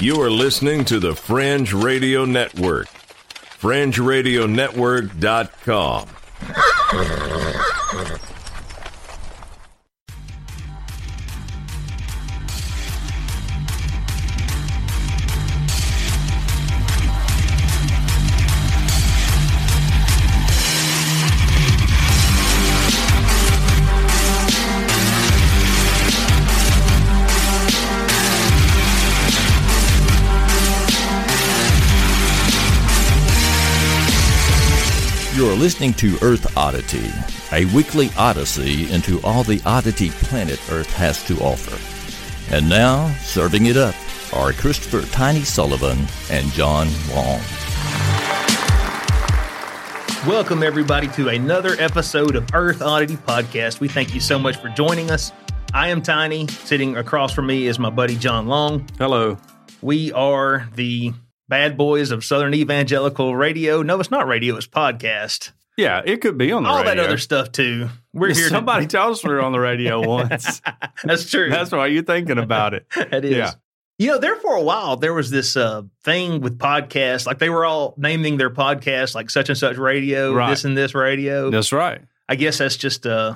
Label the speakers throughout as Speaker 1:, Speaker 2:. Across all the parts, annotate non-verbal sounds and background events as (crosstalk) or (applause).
Speaker 1: You are listening to the Fringe Radio Network. FringeRadioNetwork.com.
Speaker 2: You're listening to Earth Oddity, a weekly odyssey into all the oddity planet Earth has to offer. And now, serving it up are Christopher Tiny Sullivan and John Long.
Speaker 3: Welcome, everybody, to another episode of Earth Oddity Podcast. We thank you so much for joining us. I am Tiny. Sitting across from me is my buddy John Long.
Speaker 4: Hello.
Speaker 3: We are the bad boys of Southern Evangelical Radio. No, it's not radio, it's podcast.
Speaker 4: Yeah, it could be on the
Speaker 3: All
Speaker 4: radio.
Speaker 3: that other stuff, too. We're here. to-
Speaker 4: Somebody told us we were on the radio once.
Speaker 3: (laughs) That's true.
Speaker 4: That's why you're thinking about it.
Speaker 3: That is.
Speaker 4: Yeah.
Speaker 3: You know, there for a while, there was this uh, thing with podcasts. Like they were all naming their podcast like such and such radio,
Speaker 4: Right.
Speaker 3: this and this radio.
Speaker 4: That's right.
Speaker 3: I guess that's just, uh,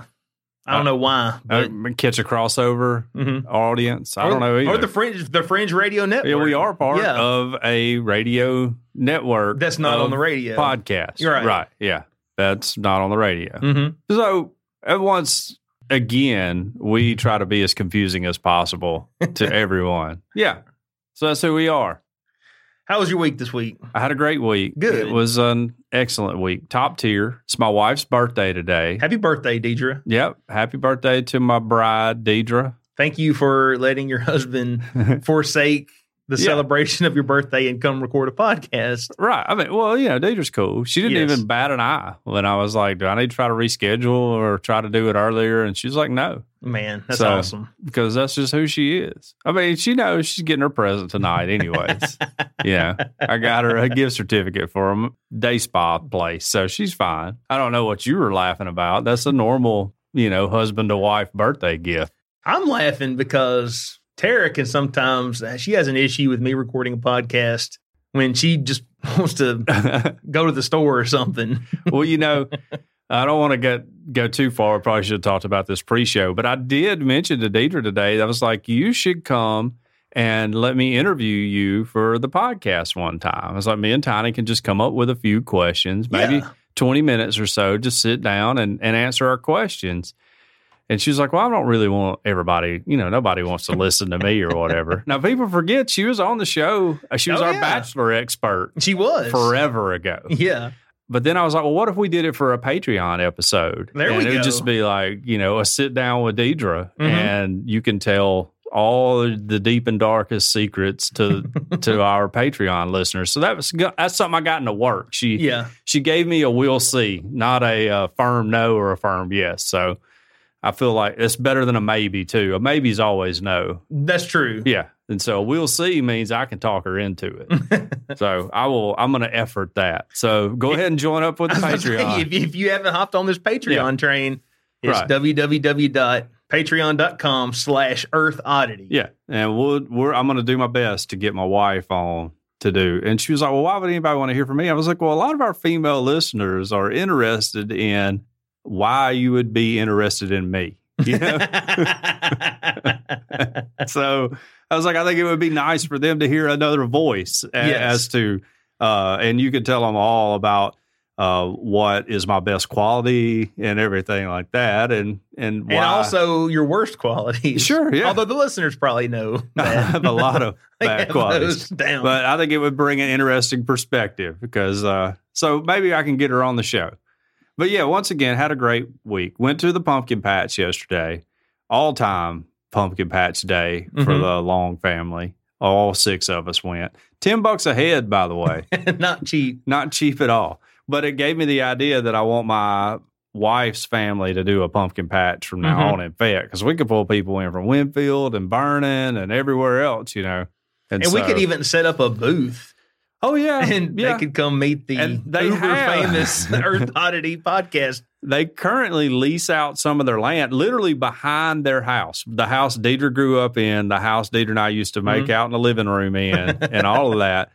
Speaker 3: I don't
Speaker 4: Uh,
Speaker 3: know why. But,
Speaker 4: Uh, catch a crossover
Speaker 3: Mhm.
Speaker 4: audience. I
Speaker 3: Or-
Speaker 4: don't know either.
Speaker 3: Or the fringe, the fringe radio network.
Speaker 4: yeah, we are part
Speaker 3: Yeah.
Speaker 4: of a radio network
Speaker 3: That's not
Speaker 4: of
Speaker 3: on the radio.
Speaker 4: podcast.
Speaker 3: You're right.
Speaker 4: Right. Yeah. That's not on the radio.
Speaker 3: Mhm.
Speaker 4: So, uh, once again, we try to be as confusing as possible
Speaker 3: (laughs)
Speaker 4: to everyone. Yeah. So that's who we are.
Speaker 3: How was your week this week?
Speaker 4: I had a great week.
Speaker 3: Good.
Speaker 4: It was an excellent week, top tier. It's my wife's birthday today.
Speaker 3: Happy birthday, Deidre.
Speaker 4: Yep. Happy birthday to my bride, Deidre.
Speaker 3: Thank you for letting your husband
Speaker 4: (laughs)
Speaker 3: forsake the
Speaker 4: Yeah.
Speaker 3: celebration of your birthday and come record a podcast.
Speaker 4: Right. I mean, well, yeah, Deidre's cool. She didn't
Speaker 3: Yes.
Speaker 4: even bat an eye when I was like, do I need to try to reschedule or try to do it earlier? And she's like, no,
Speaker 3: Man, that's
Speaker 4: So-
Speaker 3: awesome.
Speaker 4: because that's just who she is. I mean, she knows she's getting her present tonight, anyways. yeah. I got her a gift certificate for a day spa place. So she's fine. I don't know what you were laughing about. That's a normal, you know, husband to wife birthday gift. (laughs)
Speaker 3: I'm laughing because Tara can sometimes, uh, she has an issue with me recording a podcast when she just (laughs) wants to go to the store or something.
Speaker 4: well, you know, I don't want to get go too far. I probably should have talked about this pre-show, but I did mention to Deidre today. I was like, you should come and let me interview you for the podcast one time. I was like, me and Tiny can just come up with a few questions, maybe
Speaker 3: Yeah.
Speaker 4: 20 minutes or so, just sit down and, and answer our questions. And she's like, Well, I don't really want everybody, you know, nobody wants to listen to me or whatever.
Speaker 3: (laughs)
Speaker 4: Now, people forget she was on the show. Uh, She was
Speaker 3: Oh,
Speaker 4: our
Speaker 3: yeah.
Speaker 4: bachelor expert
Speaker 3: She was.
Speaker 4: forever ago.
Speaker 3: Yeah.
Speaker 4: But then I was like, well, what if we did it for a Patreon episode?
Speaker 3: There
Speaker 4: and
Speaker 3: we
Speaker 4: it would
Speaker 3: go.
Speaker 4: just be like, you know, a sit down with Deidre
Speaker 3: Mhm.
Speaker 4: and you can tell all the deep and darkest secrets to
Speaker 3: (laughs)
Speaker 4: to our Patreon listeners. So that was go- that's something I got in the work. She
Speaker 3: Yeah.
Speaker 4: she gave me a we'll see, not a uh, firm no or a firm yes. So I feel like it's better than a maybe too. A maybe's always no.
Speaker 3: That's true.
Speaker 4: Yeah. And so we'll see means I can talk her into it.
Speaker 3: (laughs)
Speaker 4: so I will, I'm going to effort that. So go ahead and join up with the
Speaker 3: (laughs) I was gonna say,
Speaker 4: Patreon.
Speaker 3: if, if you haven't hopped on this Patreon train, it's
Speaker 4: Right.
Speaker 3: www.patreon.com slash earth oddity.
Speaker 4: Yeah. And we'll, we're, I'm going to do my best to get my wife on to do. And she was like, well, why would anybody want to hear from me? I was like, well, a lot of our female listeners are interested in why you would be interested in me.
Speaker 3: (laughs)
Speaker 4: You know? (laughs) so I was like, I think it would be nice for them to hear another voice a-
Speaker 3: Yes.
Speaker 4: as to, uh, and you could tell them all about uh, what is my best quality and everything like that, and and
Speaker 3: (laughs)
Speaker 4: why.
Speaker 3: and also your worst qualities.
Speaker 4: Sure, yeah.
Speaker 3: Although the listeners probably know
Speaker 4: (laughs) (laughs) I
Speaker 3: that.
Speaker 4: have a lot of
Speaker 3: (laughs) They
Speaker 4: bad
Speaker 3: have those
Speaker 4: qualities,
Speaker 3: down.
Speaker 4: but I think it would bring an interesting perspective because uh, so maybe I can get her on the show. But yeah, once again, had a great week. Went to the pumpkin patch yesterday, all time pumpkin patch day for
Speaker 3: Mhm.
Speaker 4: the Long family. All six of us went. Ten bucks a head, by
Speaker 3: (laughs)
Speaker 4: the way,
Speaker 3: (laughs) not cheap.
Speaker 4: not cheap at all. But it gave me the idea that I want my wife's family to do a pumpkin patch from now
Speaker 3: Mhm.
Speaker 4: on in Fayette because we could pull people in from Winfield and Vernon and everywhere else, you know.
Speaker 3: And we
Speaker 4: so-
Speaker 3: could even set up a booth.
Speaker 4: Oh
Speaker 3: (laughs)
Speaker 4: yeah,
Speaker 3: and
Speaker 4: yeah.
Speaker 3: they could come meet the
Speaker 4: And they
Speaker 3: uber
Speaker 4: have. (laughs)
Speaker 3: famous Earth Oddity podcast.
Speaker 4: they currently lease out some of their land literally behind their house. The house Dieter grew up in, the house Dieter and I used to
Speaker 3: Mm-hmm.
Speaker 4: make out in the living room in,
Speaker 3: (laughs)
Speaker 4: and all of that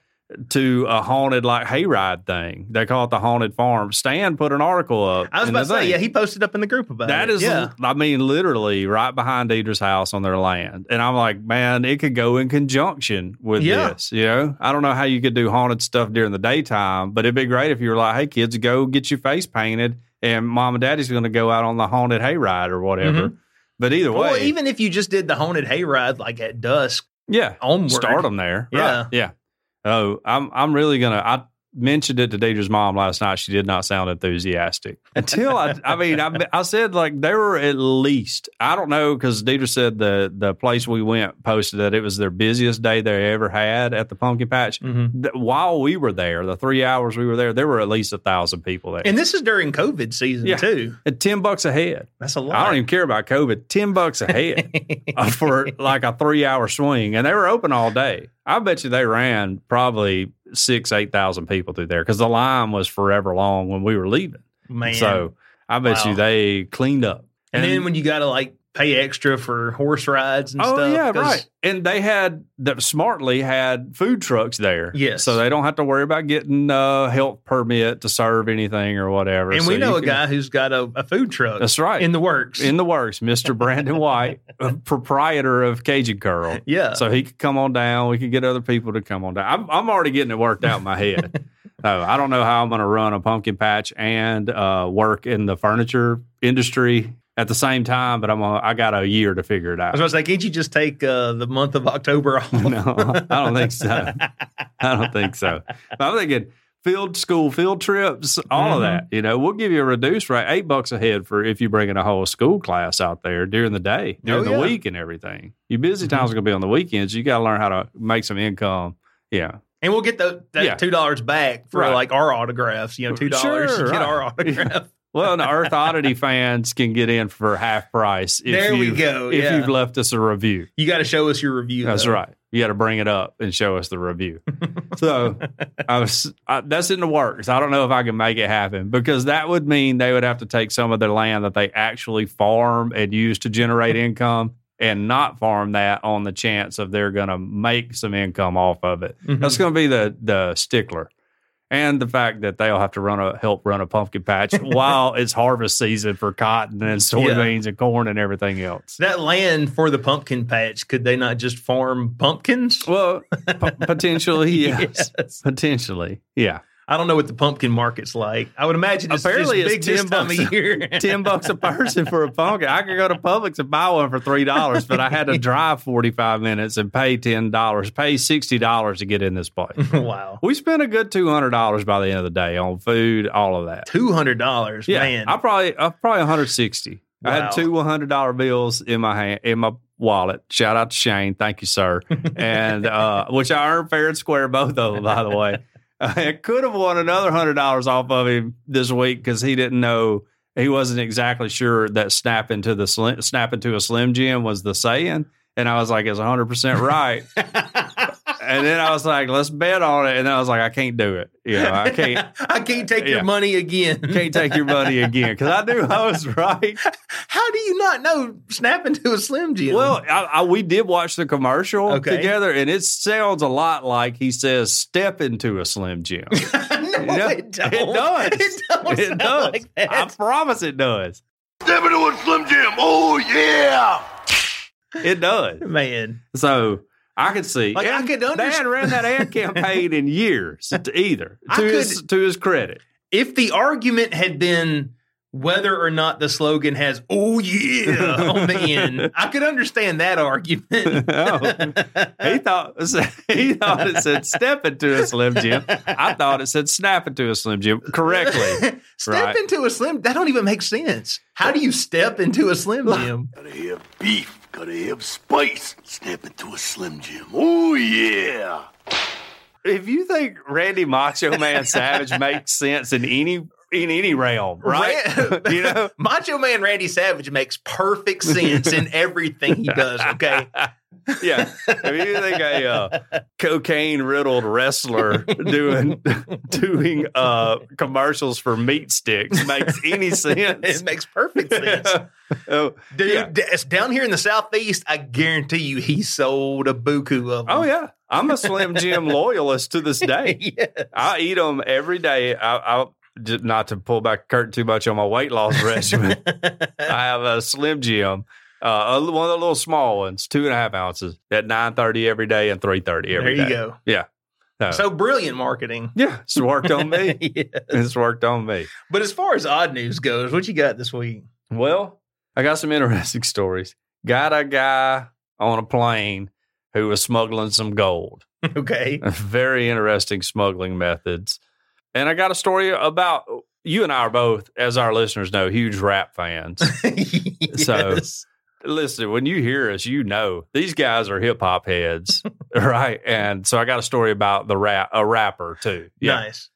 Speaker 4: to a haunted like hayride thing. They call it the haunted farm. Stan put an article up.
Speaker 3: I was
Speaker 4: in
Speaker 3: about to
Speaker 4: the
Speaker 3: say,
Speaker 4: thing.
Speaker 3: yeah, he posted up in the group about
Speaker 4: That
Speaker 3: it.
Speaker 4: is,
Speaker 3: yeah.
Speaker 4: I mean, literally right behind Dieter's house on their land. And I'm like, man, it could go in conjunction with
Speaker 3: Yeah.
Speaker 4: this. You know, I don't know how you could do haunted stuff during the daytime, but it'd be great if you were like, hey, kids, go get your face painted and mom and daddy's going to go out on the haunted hayride or whatever. But either way,
Speaker 3: Mm-hmm. Well, even if you just did the haunted hayride like at dusk
Speaker 4: yeah,
Speaker 3: onward,
Speaker 4: start them there.
Speaker 3: Yeah.
Speaker 4: Right. Yeah. Oh, I'm, I'm really going to, I, Mentioned it to Dieter's mom last night. She did not sound enthusiastic until I. I mean, I, I said like they were at least. I don't know because Dieter said the the place we went posted that it was their busiest day they ever had at the pumpkin patch.
Speaker 3: Mhm.
Speaker 4: Th- While we were there, the three hours we were there, there were at least a thousand people there.
Speaker 3: And this is during COVID season
Speaker 4: Yeah.
Speaker 3: too.
Speaker 4: at ten bucks a head,
Speaker 3: That's a lot.
Speaker 4: I don't even care about COVID. Ten bucks a head
Speaker 3: (laughs)
Speaker 4: uh, for like a three hour swing, and they were open all day. I bet you they ran probably six, eight thousand people through there because the line was forever long when we were leaving.
Speaker 3: Man.
Speaker 4: So I bet
Speaker 3: Wow.
Speaker 4: you they cleaned up.
Speaker 3: and, then when you got to like pay extra for horse rides and
Speaker 4: oh
Speaker 3: stuff.
Speaker 4: yeah,
Speaker 3: 'cause-
Speaker 4: right. And they had the smartly had food trucks there.
Speaker 3: Yes.
Speaker 4: so they don't have to worry about getting a health permit to serve anything or whatever.
Speaker 3: And
Speaker 4: So
Speaker 3: we
Speaker 4: you
Speaker 3: know a
Speaker 4: can-
Speaker 3: guy who's got a, a food truck
Speaker 4: That's right.
Speaker 3: in the works.
Speaker 4: in the works, Mr. Brandon White, proprietor of Cajun Curl.
Speaker 3: (laughs) yeah.
Speaker 4: So he could come on down. We could get other people to come on down. I'm, I'm already getting it worked out in my head. so I don't know how I'm going to run a pumpkin patch and uh, work in the furniture industry at the same time, but I'm gonna, I got a year to figure it
Speaker 3: I
Speaker 4: out.
Speaker 3: was about to say, can't you just take uh, the month of October off?
Speaker 4: (laughs) no, I don't think so. I don't think so. But I'm thinking field school field trips, all
Speaker 3: Mm-hmm.
Speaker 4: of that. You know, we'll give you a reduced rate, eight bucks a head for if you bring in a whole school class out there during the day, during
Speaker 3: Oh, yeah. Mm-hmm.
Speaker 4: the week, and everything. Your busy times are going to be on the weekends. You got to learn how to make some income. Yeah,
Speaker 3: (laughs) And we'll get the, that
Speaker 4: Yeah.
Speaker 3: two dollars back for
Speaker 4: Right.
Speaker 3: like our autographs. You know, two dollars
Speaker 4: Sure,
Speaker 3: to get
Speaker 4: right.
Speaker 3: our autograph.
Speaker 4: Well, and the Earth Oddity fans can get in for half price. (laughs) If
Speaker 3: There we
Speaker 4: you've-
Speaker 3: go,
Speaker 4: If
Speaker 3: yeah.
Speaker 4: you've left us a review,
Speaker 3: You got to show us your review.
Speaker 4: that's
Speaker 3: though.
Speaker 4: right. You got to bring it up and show us the review. so I was I, that's in the works. I don't know if I can make it happen because that would mean they would have to take some of their land that they actually farm and use to generate income. And not farm that on the chance of they're going to make some income off of it.
Speaker 3: Mhm.
Speaker 4: That's going to be the the stickler, and the fact that they'll have to run a help run a pumpkin patch while it's harvest season for cotton and soybeans and corn and everything else.
Speaker 3: That land for the pumpkin patch, could they not just farm pumpkins?
Speaker 4: (laughs) Well, p- potentially yes.
Speaker 3: Yes.
Speaker 4: potentially yeah.
Speaker 3: I don't know what the pumpkin market's like. I would imagine it's
Speaker 4: Apparently
Speaker 3: apparently
Speaker 4: it's
Speaker 3: big this
Speaker 4: 10
Speaker 3: time of
Speaker 4: bucks.
Speaker 3: year. (laughs)
Speaker 4: Ten bucks a person for a pumpkin. I could go to Publix and buy one for three dollars, but I had to drive forty five minutes and pay ten dollars, pay sixty dollars to get in this place.
Speaker 3: wow,
Speaker 4: We spent a good two hundred dollars by the end of the day on food, all of that.
Speaker 3: two hundred dollars, man.
Speaker 4: I probably I probably 160. I
Speaker 3: Wow.
Speaker 4: had two one hundred dollar bills in my hand in my wallet. Shout out to Shane, thank
Speaker 3: (laughs)
Speaker 4: you, sir. and uh, which I earned fair and square both of them, by the way. (laughs) I could have won another hundred dollars off of him this week because he didn't know he wasn't exactly sure that snap into the slim, snap into a slim jim was the saying. And I was like, it's 100%
Speaker 3: (laughs)
Speaker 4: right. and then I was like, let's bet on it. And then I was like, I can't do it. You know, I can't,
Speaker 3: (laughs) I can't take
Speaker 4: Yeah.
Speaker 3: your money again.
Speaker 4: can't take your money again because I knew I was right.
Speaker 3: How do you not know snap into a slim jim?
Speaker 4: Well, I, I, we did watch the commercial
Speaker 3: Okay.
Speaker 4: together, and it sounds a lot like he says, "Step into a
Speaker 3: (laughs)
Speaker 4: Slim Jim."
Speaker 3: (laughs) no,
Speaker 4: No,
Speaker 3: it don't.
Speaker 4: It does.
Speaker 3: (laughs) It don't
Speaker 4: It
Speaker 3: sound
Speaker 4: does.
Speaker 3: like
Speaker 4: I
Speaker 3: that.
Speaker 4: promise it does.
Speaker 1: Step into a Slim Jim. Oh, yeah.
Speaker 4: It does.
Speaker 3: man,
Speaker 4: So I could see.
Speaker 3: Like, I
Speaker 4: And
Speaker 3: could
Speaker 4: They hadn't
Speaker 3: understand-
Speaker 4: ran that ad campaign
Speaker 3: (laughs)
Speaker 4: in years to either.
Speaker 3: I
Speaker 4: To his to his credit,
Speaker 3: if the argument had been whether or not the slogan has "Oh
Speaker 4: (laughs)
Speaker 3: yeah" on the end, I could understand that argument.
Speaker 4: Oh. (laughs) he thought (laughs) he thought it said "Step into a Slim Jim." I thought it said "Snap into a Slim Jim" correctly.
Speaker 3: step
Speaker 4: Right.
Speaker 3: into a slim. That don't even make sense. How do you step into a slim jim?
Speaker 5: Gotta have beef. Gotta have spice. Snap into a Slim Jim. Oh, yeah.
Speaker 4: (laughs) if you think Randy Macho Man Savage makes sense in any in any realm, right? (laughs)
Speaker 3: Ran-
Speaker 4: you know, (laughs)
Speaker 3: Macho Man Randy Savage makes perfect sense in everything he does. Okay,
Speaker 4: Yeah. I mean, you think a uh, cocaine riddled wrestler doing (laughs) doing uh, commercials for meat sticks makes (laughs) any sense?
Speaker 3: it makes perfect sense.
Speaker 4: (laughs) oh,
Speaker 3: Dude,
Speaker 4: Yeah.
Speaker 3: d- it's down here in the southeast. I guarantee you, he sold a buku of them.
Speaker 4: oh, yeah. I'm a Slim Jim loyalist to this day.
Speaker 3: (laughs) yeah.
Speaker 4: I eat them every day. I, I just not to pull back the curtain too much on my
Speaker 3: (laughs)
Speaker 4: weight loss regimen. I have a Slim Jim, uh, a, li- one of the little small ones, two and a half ounces at nine thirty every day and three thirty
Speaker 3: there
Speaker 4: every
Speaker 3: you
Speaker 4: day.
Speaker 3: go.
Speaker 4: Yeah. No.
Speaker 3: So brilliant marketing. (laughs)
Speaker 4: Yeah, it's worked on me.
Speaker 3: yeah.
Speaker 4: it's worked on me.
Speaker 3: But as far as odd news goes, what you got this week? (laughs)
Speaker 4: Well, I got some interesting (laughs) stories. Got a guy on a plane who was smuggling some gold.
Speaker 3: Okay. (laughs)
Speaker 4: (laughs) Very interesting smuggling methods. And I got a story about you and I are both, as our listeners know, huge rap
Speaker 3: (laughs)
Speaker 4: fans. So-
Speaker 3: Yes.
Speaker 4: Listen, when you hear us, you know these guys are hip
Speaker 3: (laughs)
Speaker 4: hop heads, right? And so I got a story about the rap, a rapper too.
Speaker 3: nice.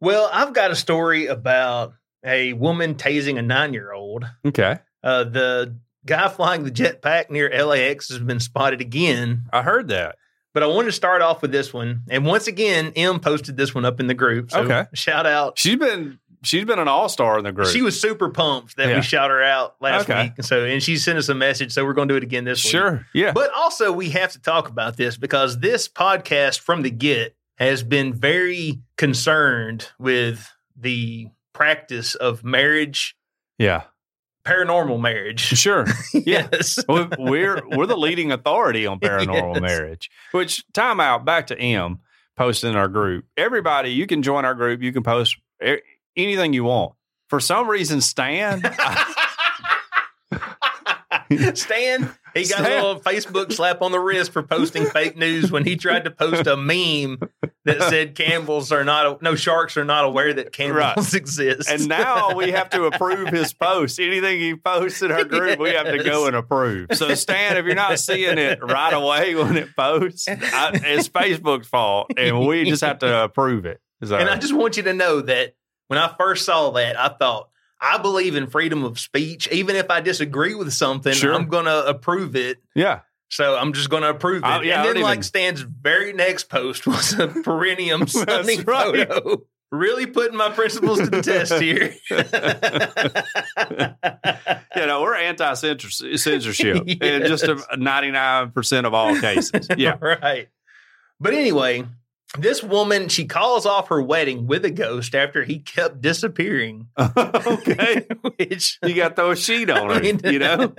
Speaker 3: Well, I've got a story about a woman tasing a nine year old.
Speaker 4: Okay.
Speaker 3: Uh, the guy flying the jetpack near LAX has been spotted again.
Speaker 4: I heard that.
Speaker 3: But I wanted to start off with this one. And once again, M posted this one up in the group. So
Speaker 4: Okay.
Speaker 3: shout out.
Speaker 4: She's been she's been an all star in the group.
Speaker 3: She was super pumped that
Speaker 4: Yeah.
Speaker 3: we shout her out last
Speaker 4: Okay.
Speaker 3: week. So and she sent us a message. So we're gonna do it again this week.
Speaker 4: sure. Yeah.
Speaker 3: But also, we have to talk about this because this podcast from the get has been very concerned with the practice of marriage,
Speaker 4: yeah.
Speaker 3: paranormal marriage. (laughs)
Speaker 4: Sure. (laughs) Yeah.
Speaker 3: yes.
Speaker 4: we're we're we're the leading authority (laughs) on paranormal
Speaker 3: Yes.
Speaker 4: marriage. Which time out back to M posting in our group. Everybody, you can join our group. You can post a- anything you want. For some reason, Stan, (laughs)
Speaker 3: Stan, he got
Speaker 4: Stan.
Speaker 3: a little Facebook slap on the wrist for posting fake news when he tried to post a meme that said Campbells are not, no, sharks are not aware that Campbells (laughs) exist.
Speaker 4: and now we have to approve his post. Anything he posts in our group, we have to go
Speaker 3: Yes.
Speaker 4: and approve. So, Stan, if you're not seeing it right away when it posts, I, it's Facebook's fault, and we just have to approve it. So,
Speaker 3: And I just want you to know that when I first saw that, I thought, I believe in freedom of speech. Even if I disagree with something,
Speaker 4: Sure.
Speaker 3: I'm going to approve it.
Speaker 4: yeah,
Speaker 3: So I'm just going to approve it.
Speaker 4: Oh, yeah, I
Speaker 3: and then,
Speaker 4: don't
Speaker 3: like,
Speaker 4: even-
Speaker 3: Stan's very next post was
Speaker 4: (laughs)
Speaker 3: a perennium
Speaker 4: That's
Speaker 3: sunny
Speaker 4: right.
Speaker 3: photo. Really putting my principles to the test here.
Speaker 4: you know, we're anti
Speaker 3: (laughs)
Speaker 4: censorship in
Speaker 3: Yes.
Speaker 4: just ninety nine percent of all
Speaker 3: (laughs)
Speaker 4: cases. (laughs) Yeah, (laughs)
Speaker 3: right. But anyway, this woman, she calls off her wedding with a ghost after he kept disappearing,
Speaker 4: okay.
Speaker 3: (laughs) which
Speaker 4: You got those sheet on her,
Speaker 3: (laughs) I mean,
Speaker 4: you know.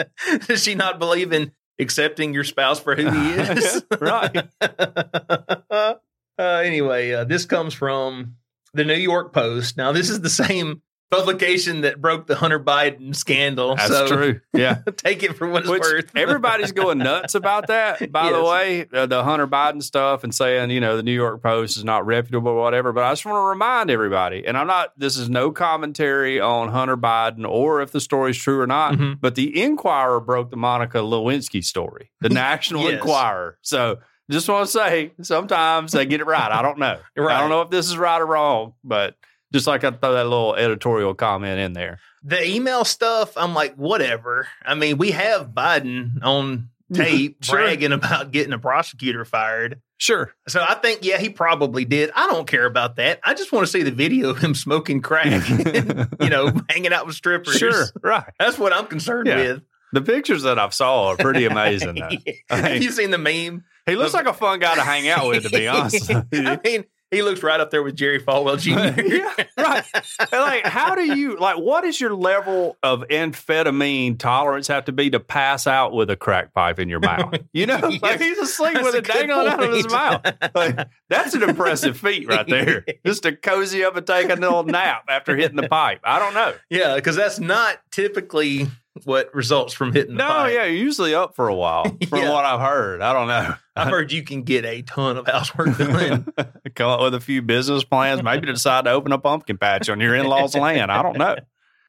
Speaker 3: does she not believe in accepting your spouse for who
Speaker 4: (laughs)
Speaker 3: he is? (laughs)
Speaker 4: right.
Speaker 3: uh, anyway, uh, this comes from the New York Post. Now, this is the same publication that broke the Hunter Biden scandal.
Speaker 4: That's
Speaker 3: so
Speaker 4: true. Yeah.
Speaker 3: (laughs) take it for what it's
Speaker 4: Which
Speaker 3: worth. (laughs)
Speaker 4: everybody's going nuts about that. By the
Speaker 3: Yes.
Speaker 4: way, uh, the Hunter Biden stuff and saying, you know, the New York Post is not reputable or whatever. But I just want to remind everybody, and I'm not, this is no commentary on Hunter Biden or if the story's true or not,
Speaker 3: Mhm.
Speaker 4: but the Inquirer broke the Monica Lewinsky story,
Speaker 3: (laughs)
Speaker 4: the National
Speaker 3: Yes.
Speaker 4: Enquirer. So just want to say, sometimes they get it right. I don't know.
Speaker 3: (laughs)
Speaker 4: I
Speaker 3: Right.
Speaker 4: don't know if this is right or wrong, but just like I throw that little editorial comment in there.
Speaker 3: the email stuff, I'm like, whatever. I mean, we have Biden on tape
Speaker 4: (laughs) Sure.
Speaker 3: bragging about getting a prosecutor fired.
Speaker 4: Sure.
Speaker 3: So I think, yeah, he probably did. I don't care about that. I just want to see the video of him smoking crack, (laughs) and, you know, hanging out with strippers. (laughs)
Speaker 4: Sure. Right.
Speaker 3: That's what I'm concerned
Speaker 4: Yeah. Uh,
Speaker 3: with.
Speaker 4: The pictures that I've saw
Speaker 3: (laughs)
Speaker 4: are pretty amazing. Though.
Speaker 3: Have you seen the meme?
Speaker 4: He looks like a fun guy to hang out with, to
Speaker 3: (laughs)
Speaker 4: be honest.
Speaker 3: I mean, he looks right up there with Jerry Falwell Jr.
Speaker 4: (laughs) yeah, (laughs) right. And, like, how do you like? What does your level of amphetamine tolerance have to be to pass out with a crack pipe in your mouth?
Speaker 3: (laughs)
Speaker 4: You know, like
Speaker 3: Yes.
Speaker 4: he's asleep
Speaker 3: That's
Speaker 4: with
Speaker 3: a
Speaker 4: it
Speaker 3: good
Speaker 4: dangling out of his
Speaker 3: point.
Speaker 4: mouth. Like, that's an impressive
Speaker 3: (laughs)
Speaker 4: feat right there. Just to cozy up and take a little nap after hitting the pipe. I don't know.
Speaker 3: (laughs) yeah, because that's not typically what results from hitting the
Speaker 4: No,
Speaker 3: pipe.
Speaker 4: yeah, you're usually up for a while, from
Speaker 3: Yeah.
Speaker 4: what I've heard. I don't know.
Speaker 3: I've heard you can get a ton of
Speaker 4: (laughs)
Speaker 3: housework done.
Speaker 4: Come up with a few business plans. Maybe to decide to open a pumpkin patch on your in law's land. I
Speaker 3: (laughs)
Speaker 4: don't know.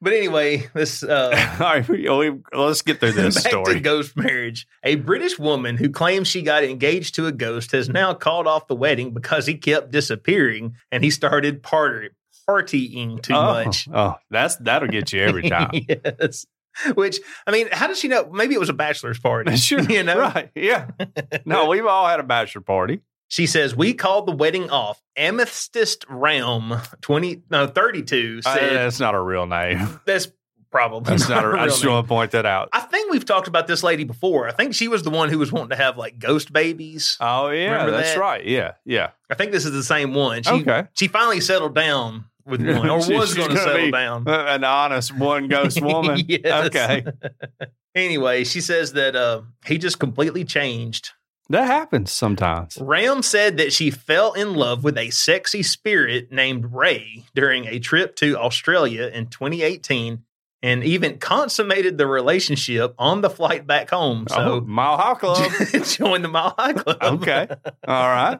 Speaker 3: but anyway, this uh,
Speaker 4: All right, we, we, let's get through this
Speaker 3: (laughs) Back to
Speaker 4: story.
Speaker 3: ghost marriage. A British woman who claims she got engaged to a ghost has now called off the wedding because he kept disappearing and he started party, partying too
Speaker 4: oh,
Speaker 3: much.
Speaker 4: (laughs) oh, that's that'll get you every time.
Speaker 3: (laughs) yes. Which I mean, how does she know? Maybe it was a bachelor's party. (laughs)
Speaker 4: (laughs) Sure.
Speaker 3: You know?
Speaker 4: Right. Yeah.
Speaker 3: (laughs)
Speaker 4: No, we've all had a bachelor party.
Speaker 3: She says we called the wedding off. Amethystist Realm twenty no thirty two
Speaker 4: Uh,
Speaker 3: said
Speaker 4: that's not a
Speaker 3: (laughs)
Speaker 4: real name.
Speaker 3: that's probably
Speaker 4: That's not.
Speaker 3: not
Speaker 4: A,
Speaker 3: her
Speaker 4: I
Speaker 3: real
Speaker 4: just
Speaker 3: name.
Speaker 4: want to point that out.
Speaker 3: I think we've talked about this lady before. I think she was the one who was wanting to have like ghost babies.
Speaker 4: Oh yeah,
Speaker 3: Remember
Speaker 4: that's
Speaker 3: that?
Speaker 4: right. Yeah, yeah.
Speaker 3: I think this is the same one. She
Speaker 4: Okay.
Speaker 3: she finally settled down with
Speaker 4: (laughs)
Speaker 3: one, or
Speaker 4: She-
Speaker 3: was
Speaker 4: she's
Speaker 3: going to
Speaker 4: gonna
Speaker 3: settle
Speaker 4: be
Speaker 3: down.
Speaker 4: Uh, An honest
Speaker 3: (laughs)
Speaker 4: one ghost woman.
Speaker 3: Yes.
Speaker 4: Okay,
Speaker 3: (laughs) Anyway, she says that uh, he just completely changed.
Speaker 4: that happens sometimes.
Speaker 3: Ram said that she fell in love with a sexy spirit named Ray during a trip to Australia in 2018 and even consummated the relationship on the flight back home.
Speaker 4: oh,
Speaker 3: So
Speaker 4: mile
Speaker 3: (laughs)
Speaker 4: high club.
Speaker 3: joined the Mile High Club.
Speaker 4: Oh. okay, all right.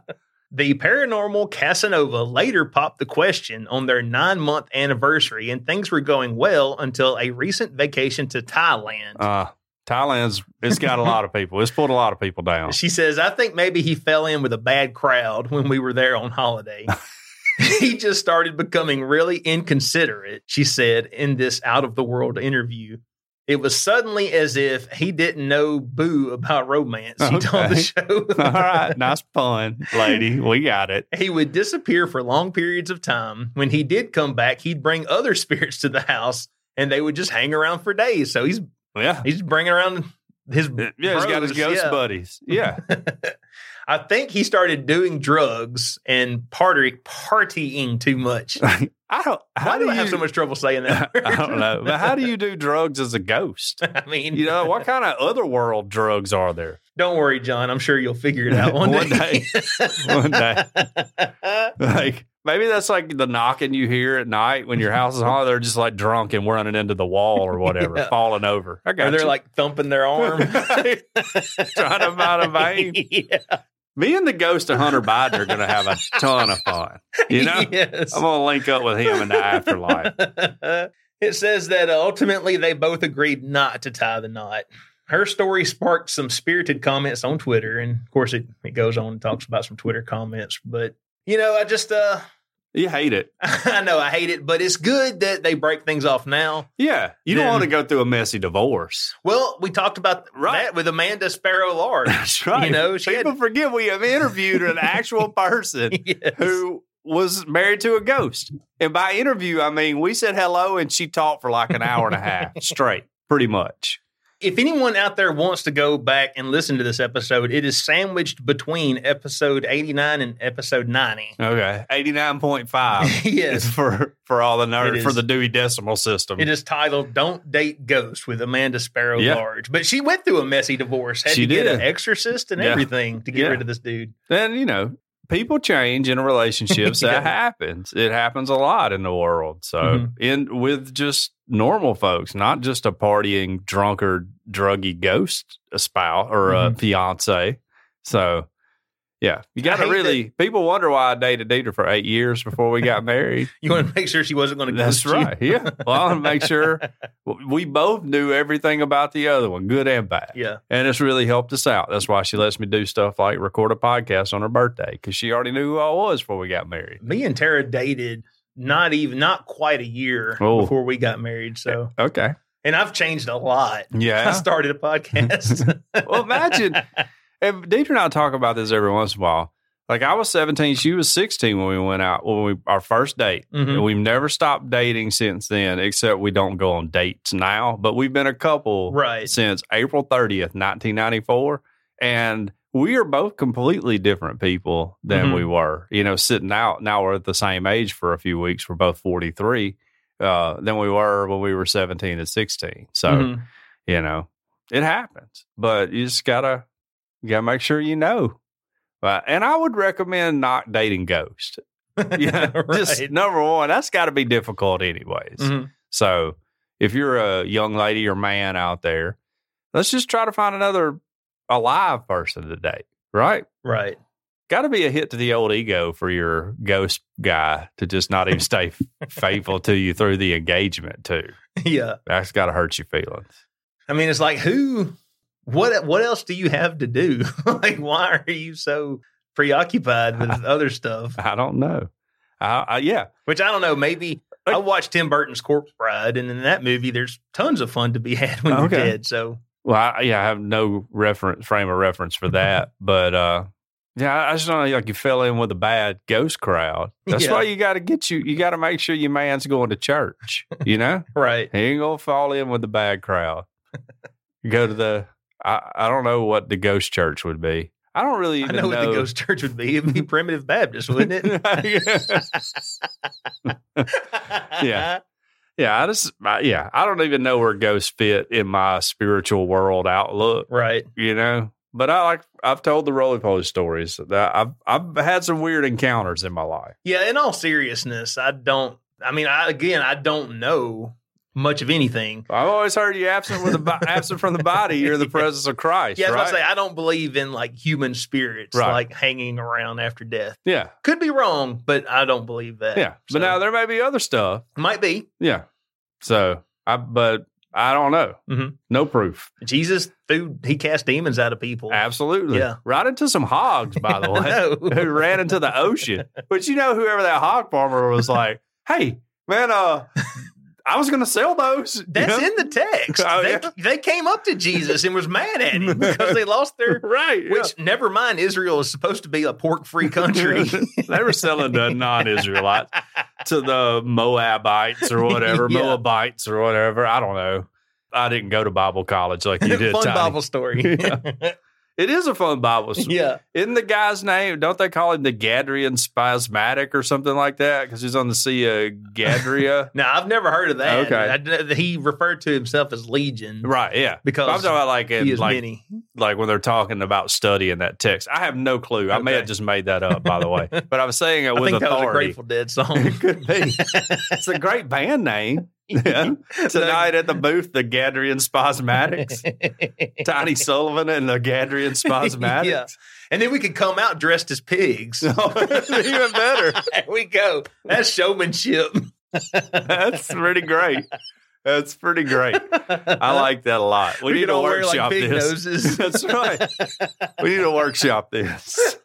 Speaker 3: The paranormal Casanova later popped the question on their nine month anniversary, and things were going well until a recent vacation to Thailand.
Speaker 4: Uh, Thailand's it's got a lot of people. It's pulled a lot of
Speaker 3: (laughs)
Speaker 4: people down. (laughs)
Speaker 3: She says, I think maybe he fell in with a bad crowd when we were there on
Speaker 4: (laughs)
Speaker 3: holiday. (laughs) he just started becoming really inconsiderate, she said in this out of the world interview. It was suddenly as if he didn't know boo about romance, he told the
Speaker 4: Okay.
Speaker 3: show.
Speaker 4: (laughs) All right, nice pun, lady. We got it.
Speaker 3: He would disappear for long periods of time. When he did come back, he'd bring other (laughs) spirits to the house and they would just hang around for days. So he's
Speaker 4: Yeah,
Speaker 3: he's bringing around his
Speaker 4: yeah. he's got his
Speaker 3: bros,
Speaker 4: ghost
Speaker 3: yeah.
Speaker 4: buddies. Yeah,
Speaker 3: I think he started doing drugs and party partying too much.
Speaker 4: I don't. How
Speaker 3: Why do, I have
Speaker 4: you-
Speaker 3: so much trouble saying that? word?
Speaker 4: (laughs) I don't know. But how do you do drugs as a ghost?
Speaker 3: (laughs) I mean,
Speaker 4: You know what kind of otherworld drugs are there? (laughs)
Speaker 3: don't worry, John. I'm sure you'll figure it out one,
Speaker 4: One
Speaker 3: day. (laughs)
Speaker 4: One day. like maybe that's like the knocking you hear at night when your house is haunted. They're just like drunk and running into the wall or whatever,
Speaker 3: (laughs) Yeah.
Speaker 4: falling over. I
Speaker 3: Or
Speaker 4: got
Speaker 3: they're
Speaker 4: (laughs) you.
Speaker 3: like thumping their
Speaker 4: (laughs)
Speaker 3: arm.
Speaker 4: trying to find a vein.
Speaker 3: (laughs) Yeah.
Speaker 4: Me and the ghost of Hunter Biden are going to have a ton of fun. You know,
Speaker 3: (laughs) Yes.
Speaker 4: I'm going to link up with him in the afterlife.
Speaker 3: (laughs) it says that uh, ultimately they both agreed not to tie the knot. Her story sparked some spirited comments on Twitter, and of course, it, it goes on and talks about some Twitter comments. But you know, I just uh, (laughs)
Speaker 4: You hate it.
Speaker 3: I know I hate it, but it's good that they break things off now.
Speaker 4: Yeah. You don't
Speaker 3: Then-
Speaker 4: want to go through a messy divorce. (laughs)
Speaker 3: Well, we talked about
Speaker 4: Right.
Speaker 3: that with Amanda Sparrow
Speaker 4: (laughs)
Speaker 3: Lard.
Speaker 4: That's right.
Speaker 3: You know, she
Speaker 4: People
Speaker 3: had-
Speaker 4: forget we have interviewed an actual person
Speaker 3: (laughs) Yes.
Speaker 4: who was married to a ghost. And by interview, I mean we said hello and she talked for like an hour and
Speaker 3: (laughs)
Speaker 4: a half straight, pretty much.
Speaker 3: If anyone out there wants to go back and listen to this episode, it is sandwiched between episode 89 and episode 90.
Speaker 4: Okay, eighty nine point five
Speaker 3: (laughs) yes.
Speaker 4: is for for all the
Speaker 3: It
Speaker 4: nerds
Speaker 3: is.
Speaker 4: for the Dewey Decimal System.
Speaker 3: It is titled "Don't Date Ghosts" with Amanda Sparrow
Speaker 4: Yeah.
Speaker 3: Large, but she went through a messy divorce. Had
Speaker 4: She
Speaker 3: to get
Speaker 4: did.
Speaker 3: an exorcist and
Speaker 4: Yeah.
Speaker 3: everything to get
Speaker 4: Yeah.
Speaker 3: rid of this dude.
Speaker 4: And you know, people change in
Speaker 3: (laughs)
Speaker 4: relationships.
Speaker 3: Yeah.
Speaker 4: That happens. It happens a lot in the world. So,
Speaker 3: Mhm.
Speaker 4: in with just normal folks, not just a partying drunkard, druggy ghost a spouse or a fiance. So, yeah, you got
Speaker 3: Mm-hmm. I
Speaker 4: to
Speaker 3: hate
Speaker 4: really. People wonder why I dated Dieter for eight years before we got
Speaker 3: (laughs)
Speaker 4: married.
Speaker 3: You want to make sure she wasn't going to.
Speaker 4: That's right.
Speaker 3: You.
Speaker 4: Yeah. Well, I want to make
Speaker 3: (laughs)
Speaker 4: sure w- we both knew everything about the other one, good and bad.
Speaker 3: Yeah.
Speaker 4: And it's really helped us out. That's why she lets me do stuff like record a podcast on her birthday because she already knew who I was before we got married.
Speaker 3: Me and Tara dated not even not quite a year
Speaker 4: Oh.
Speaker 3: before we got married. So,
Speaker 4: Okay.
Speaker 3: and I've changed a lot. I
Speaker 4: Yeah.
Speaker 3: started a podcast. (laughs)
Speaker 4: well, imagine if Deidre and I talk about this every once in a while. Like I was 17, she was 16 when we went out, when we, our first date.
Speaker 3: Mhm.
Speaker 4: And we've never stopped dating since then, except we don't go on dates now, but we've been a couple
Speaker 3: Right.
Speaker 4: since April 30th, 1994. And we are both completely different people than
Speaker 3: Mhm.
Speaker 4: we were, you know, sitting out. Now we're at the same age for a few weeks. We're both 43 uh, than we were when we were 17 and 16. So,
Speaker 3: Mhm. (laughs)
Speaker 4: you know, it happens, but you just gotta, you gotta make sure you know. But, and I would recommend not dating ghosts. (laughs) Yeah. Just
Speaker 3: Right.
Speaker 4: number one, that's gotta be difficult anyways.
Speaker 3: Mhm.
Speaker 4: So if you're a young lady or man out there, let's just try to find another alive person to date, right?
Speaker 3: Right. (laughs)
Speaker 4: Got to be a hit to the old ego for your ghost guy to just not even stay faithful to you through the engagement, too.
Speaker 3: Yeah.
Speaker 4: That's got to hurt your feelings.
Speaker 3: I mean, it's like who. What what else do you have to do? (laughs) like, why are you so
Speaker 4: (laughs)
Speaker 3: preoccupied with other stuff?
Speaker 4: I don't know. I, I, yeah.
Speaker 3: Which I don't know. Maybe I watched Tim Burton's Corpse Bride, and in that movie, there's tons of fun to be had when you're
Speaker 4: Okay.
Speaker 3: dead. So
Speaker 4: Well, I, yeah, I have no reference frame of reference for
Speaker 3: (laughs)
Speaker 4: that, but uh, yeah, I- I just don't know. Like you fell in with a bad ghost crowd. That's
Speaker 3: Yeah.
Speaker 4: why you got to get you. You got to make sure your man's going to church. You know,
Speaker 3: (laughs) right,
Speaker 4: he ain't gonna fall in with the bad crowd. Go to the. I, I don't know what the ghost church would be. I don't really
Speaker 3: I
Speaker 4: even
Speaker 3: know,
Speaker 4: know.
Speaker 3: what the ghost church would be. It'd be primitive Baptist, wouldn't
Speaker 4: (laughs)
Speaker 3: it? (laughs)
Speaker 4: Yeah. yeah, I just I, yeah, I don't even know where ghosts fit in my spiritual world outlook.
Speaker 3: Right.
Speaker 4: you know. But I like I've told the roly poly stories. That I've I've had some weird encounters in my life.
Speaker 3: Yeah. In all seriousness, I don't. I mean, I again, I don't know much of anything.
Speaker 4: I've always heard you absent with the bo- (laughs) absent from the body, you're in the presence of Christ.
Speaker 3: Yeah, I was about
Speaker 4: right?
Speaker 3: to say I don't believe in like human spirits
Speaker 4: Right.
Speaker 3: like hanging around after death.
Speaker 4: yeah,
Speaker 3: Could be wrong, but I don't believe that.
Speaker 4: yeah. But
Speaker 3: uh, So,
Speaker 4: now there may be other stuff.
Speaker 3: might be
Speaker 4: Yeah. So I but I don't know.
Speaker 3: Mhm.
Speaker 4: No proof.
Speaker 3: Jesus threw he cast demons out of people.
Speaker 4: Absolutely.
Speaker 3: Yeah.
Speaker 4: Right into some hogs, by the way,
Speaker 3: (laughs)
Speaker 4: who (laughs)
Speaker 3: no.
Speaker 4: ran into the ocean. But you know, whoever that hog farmer was like, hey man, uh, I was gonna sell those. You
Speaker 3: That's
Speaker 4: know?
Speaker 3: in the text.
Speaker 4: Oh,
Speaker 3: they,
Speaker 4: yeah.
Speaker 3: they came up to Jesus and was mad at
Speaker 4: (laughs)
Speaker 3: him because they lost their.
Speaker 4: Right. yeah.
Speaker 3: Which, never mind, Israel is supposed to be a pork-free
Speaker 4: (laughs)
Speaker 3: country. (laughs)
Speaker 4: they were selling to non-Israelites, to the Moabites or whatever,
Speaker 3: Yeah.
Speaker 4: Moabites or whatever. I don't know. I didn't go to Bible college
Speaker 3: (laughs)
Speaker 4: like you did.
Speaker 3: Fun
Speaker 4: Tiny.
Speaker 3: Bible
Speaker 4: (laughs)
Speaker 3: story.
Speaker 4: It is a fun Bible.
Speaker 3: (laughs)
Speaker 4: s-
Speaker 3: yeah.
Speaker 4: Isn't the guy's name? Don't they call him the Gadrian Spasmatic or something like that? Because he's on the Sea of
Speaker 3: (laughs)
Speaker 4: Gadria.
Speaker 3: No, I've never heard of that.
Speaker 4: Okay.
Speaker 3: I d- he referred to himself as Legion
Speaker 4: right. Yeah. I'm
Speaker 3: because
Speaker 4: talking about like
Speaker 3: he
Speaker 4: in,
Speaker 3: is
Speaker 4: like
Speaker 3: many.
Speaker 4: like when they're talking about studying that text. I have no clue. I may
Speaker 3: Okay.
Speaker 4: have just made that up, by
Speaker 3: (laughs)
Speaker 4: the way. But I was saying it
Speaker 3: I
Speaker 4: with
Speaker 3: think that was a
Speaker 4: authority.
Speaker 3: Grateful Dead song. (laughs)
Speaker 4: It (laughs) could be. it's a great band name. Tonight at the booth, the Gadrian Spasmatics.
Speaker 3: (laughs)
Speaker 4: Tiny Sullivan and the Gadrian Spasmatics.
Speaker 3: And then we could come out dressed as
Speaker 4: (laughs)
Speaker 3: pigs.
Speaker 4: Even better.
Speaker 3: there we go. That's showmanship. (laughs)
Speaker 4: That's pretty great. That's pretty great. I like that a lot. We,
Speaker 3: We
Speaker 4: need
Speaker 3: could
Speaker 4: to
Speaker 3: all wear, like,
Speaker 4: workshop
Speaker 3: big
Speaker 4: this.
Speaker 3: noses.
Speaker 4: (laughs) That's right. We need to workshop this.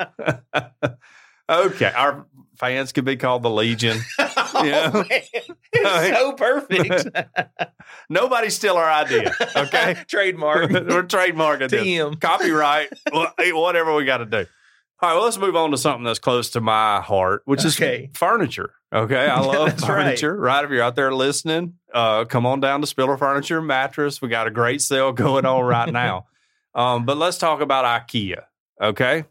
Speaker 4: (laughs) okay. Our fans could be called the Legion. Yeah.
Speaker 3: Oh, man. It's
Speaker 4: (laughs)
Speaker 3: so perfect.
Speaker 4: Nobody steal our idea.
Speaker 3: (laughs)
Speaker 4: Okay. (laughs)
Speaker 3: Trademark.
Speaker 4: We're trademarking this.
Speaker 3: TM.
Speaker 4: (laughs) copyright, wha- whatever we got to do. All right, well, let's move on to something that's close to my heart, which
Speaker 3: Okay.
Speaker 4: is furniture. Okay,
Speaker 3: (laughs)
Speaker 4: I love
Speaker 3: that's right.
Speaker 4: furniture. Right. if you're out there listening, uh, come on down to Spiller Furniture and Mattress. We got a great sale going on
Speaker 3: (laughs)
Speaker 4: right now. Um, but let's talk about IKEA. Okay,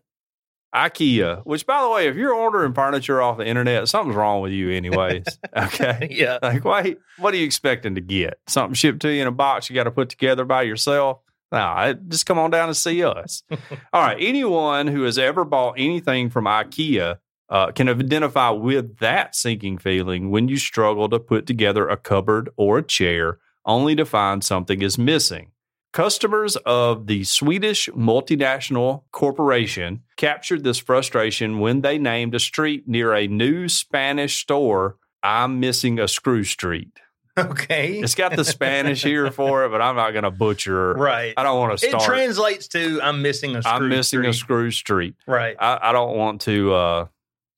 Speaker 4: IKEA. Which, by the way, if you're ordering furniture off the internet, something's wrong with
Speaker 3: (laughs)
Speaker 4: you, anyways. okay,
Speaker 3: Yeah.
Speaker 4: (laughs) like, why? What are you expecting to get? Something shipped to you in a box you got to put together by yourself? Nah, it- just come on down and see us. All right. Anyone who has ever bought anything from IKEA uh, can identify with that sinking feeling when you struggle to put together a cupboard or a chair only to find something is missing. Customers of the Swedish multinational corporation captured this frustration when they named a street near a new Spanish store I'm missing a screw street.
Speaker 3: Okay.
Speaker 4: It's got the Spanish here for it, but I'm not going to butcher.
Speaker 3: (laughs) Right.
Speaker 4: I don't want to
Speaker 3: It
Speaker 4: start.
Speaker 3: translates to I'm missing a screw.
Speaker 4: I'm missing
Speaker 3: street."
Speaker 4: a screw street.
Speaker 3: Right.
Speaker 4: I, I don't want to. Uh,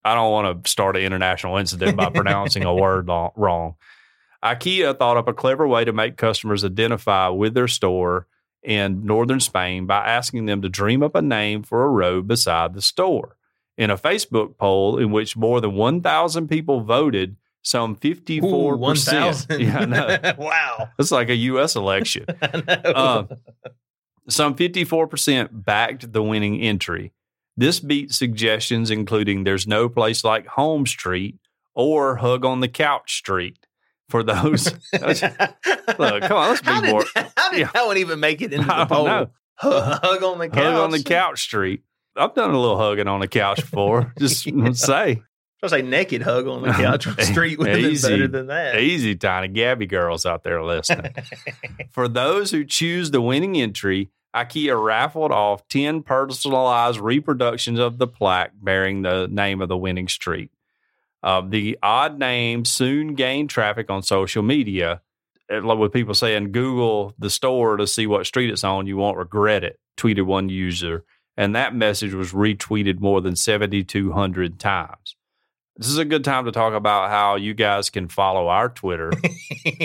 Speaker 4: I don't want to start an international incident by pronouncing a word lo- wrong. IKEA thought up a clever way to make customers identify with their store in northern Spain by asking them to dream up a name for a road beside the store. In a Facebook poll in which more than 1,000 people voted, some 54%.
Speaker 3: Ooh, 1,000.
Speaker 4: Yeah,
Speaker 3: (laughs)
Speaker 4: I know.
Speaker 3: wow.
Speaker 4: It's like a U.S. election.
Speaker 3: I know.
Speaker 4: Um, some 54% backed the winning entry. This beat suggestions including There's No Place Like Home Street or Hug on the Couch Street for those.
Speaker 3: (laughs)
Speaker 4: Look, come on, let's
Speaker 3: how
Speaker 4: be
Speaker 3: did,
Speaker 4: more.
Speaker 3: (laughs) how did
Speaker 4: Yeah.
Speaker 3: that one even make it into
Speaker 4: (laughs) I
Speaker 3: the
Speaker 4: don't
Speaker 3: poll?
Speaker 4: know.
Speaker 3: Hug on the couch.
Speaker 4: Hug on the Couch Street. I've done a little hugging on the couch before. Just say,
Speaker 3: I was like naked hug
Speaker 4: (laughs)
Speaker 3: on the couch on the street would have been
Speaker 4: Easy.
Speaker 3: better than that.
Speaker 4: Easy, tiny Gabby girls out there listening. For those who choose the winning entry, IKEA raffled off 10 personalized reproductions of the plaque bearing the name of the winning street. Uh, the odd name soon gained traffic on social media, uh, like with people saying, Google the store to see what street it's on. You won't regret it, tweeted one user. And that message was retweeted more than 7,200 times. This is a good time to talk about how you guys can follow
Speaker 3: (laughs)
Speaker 4: our Twitter,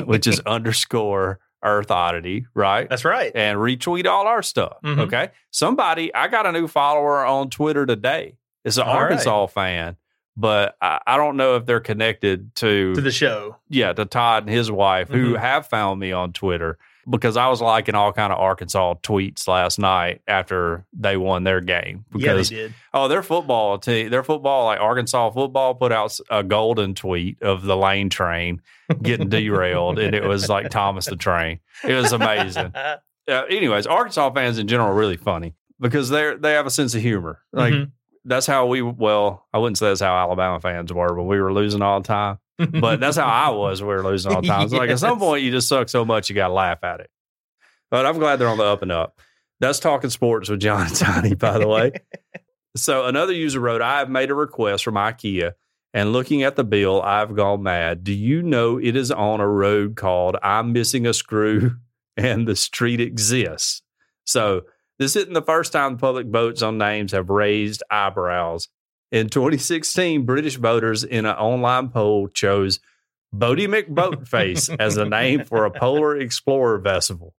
Speaker 4: which is underscore Earth Oddity, right?
Speaker 3: That's right.
Speaker 4: and retweet all our stuff.
Speaker 3: Mhm.
Speaker 4: Okay. Somebody, I got a new follower on Twitter today. It's an
Speaker 3: All right.
Speaker 4: Arkansas fan, but I, I don't know if they're connected to,
Speaker 3: To the show.
Speaker 4: yeah, to Todd and his wife
Speaker 3: Mm-hmm.
Speaker 4: who have found me on Twitter because I was liking all kind of Arkansas tweets last night after they won their game
Speaker 3: yeah, they
Speaker 4: because (laughs)
Speaker 3: did.
Speaker 4: Oh, their football team, their football, like Arkansas football, put out s- a golden tweet of the lane train
Speaker 3: (laughs)
Speaker 4: getting derailed, and it was like Thomas the train. It
Speaker 3: (laughs)
Speaker 4: was amazing. Uh, anyways, Arkansas fans in general are really funny because they they have a sense of humor. Like
Speaker 3: Mhm.
Speaker 4: that's how we. Well, I wouldn't say that's how Alabama fans were when we were losing all the time, but that's how I was. when We were losing all the time. It's like at some
Speaker 3: Yes.
Speaker 4: point you just suck so much you got to laugh at it. But I'm glad they're on the up and up. That's talking sports with John and Tiny, by
Speaker 3: (laughs)
Speaker 4: the way. So another user wrote, I have made a request from IKEA and looking at the bill, I've gone mad. Do you know it is on a road called I'm Missing a Screw and the street exists? So this isn't the first time public votes on names have raised eyebrows. In 2016, British voters in an online poll chose Bodie McBoatface as the name for a polar explorer vessel.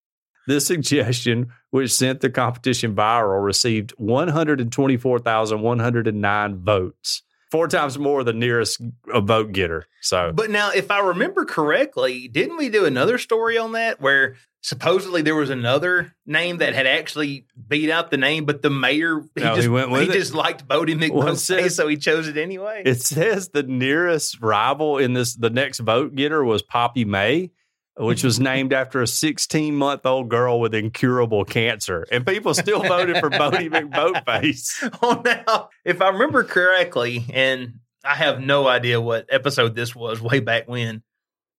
Speaker 4: This suggestion, which sent the competition viral, received 124,109 votes, four times more the nearest uh, vote getter. So,
Speaker 3: But now, if I remember correctly, didn't we do another story on that where supposedly there was another name that had actually beat out the name, but the mayor he
Speaker 4: No, he
Speaker 3: just
Speaker 4: went with it.
Speaker 3: just liked Bodie
Speaker 4: Well, it
Speaker 3: McBoatface,
Speaker 4: says-
Speaker 3: so he chose it anyway.
Speaker 4: It says the nearest rival in this, the next vote getter was Poppy May, which was named after a 16 month old girl with incurable cancer. And people still voted for Bodie McBoatface.
Speaker 3: (laughs) on Oh, now. If I remember correctly, and I have no idea what episode this was way back when,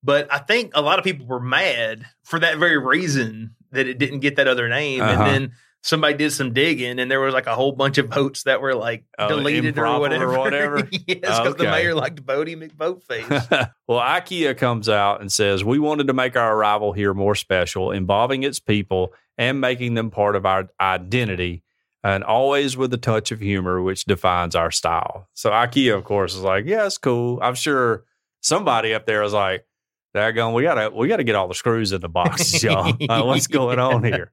Speaker 3: but I think a lot of people were mad for that very reason that it didn't get that other name.
Speaker 4: Uh-huh.
Speaker 3: And then somebody did some digging, and there was like a whole bunch of votes that were like
Speaker 4: Oh,
Speaker 3: deleted
Speaker 4: improper
Speaker 3: or
Speaker 4: or
Speaker 3: whatever. (laughs)
Speaker 4: whatever?
Speaker 3: yes, because
Speaker 4: Okay.
Speaker 3: the mayor liked Bodie McBoatface.
Speaker 4: (laughs) well, IKEA comes out and says, We wanted to make our arrival here more special, involving its people and making them part of our identity, and always with a touch of humor, which defines our style. So, IKEA, of course, is like, Yeah, it's cool. I'm sure somebody up there is like, Daggone, we gotta we gotta get all the screws in
Speaker 3: (laughs)
Speaker 4: the boxes, y'all. Uh, what's going on here?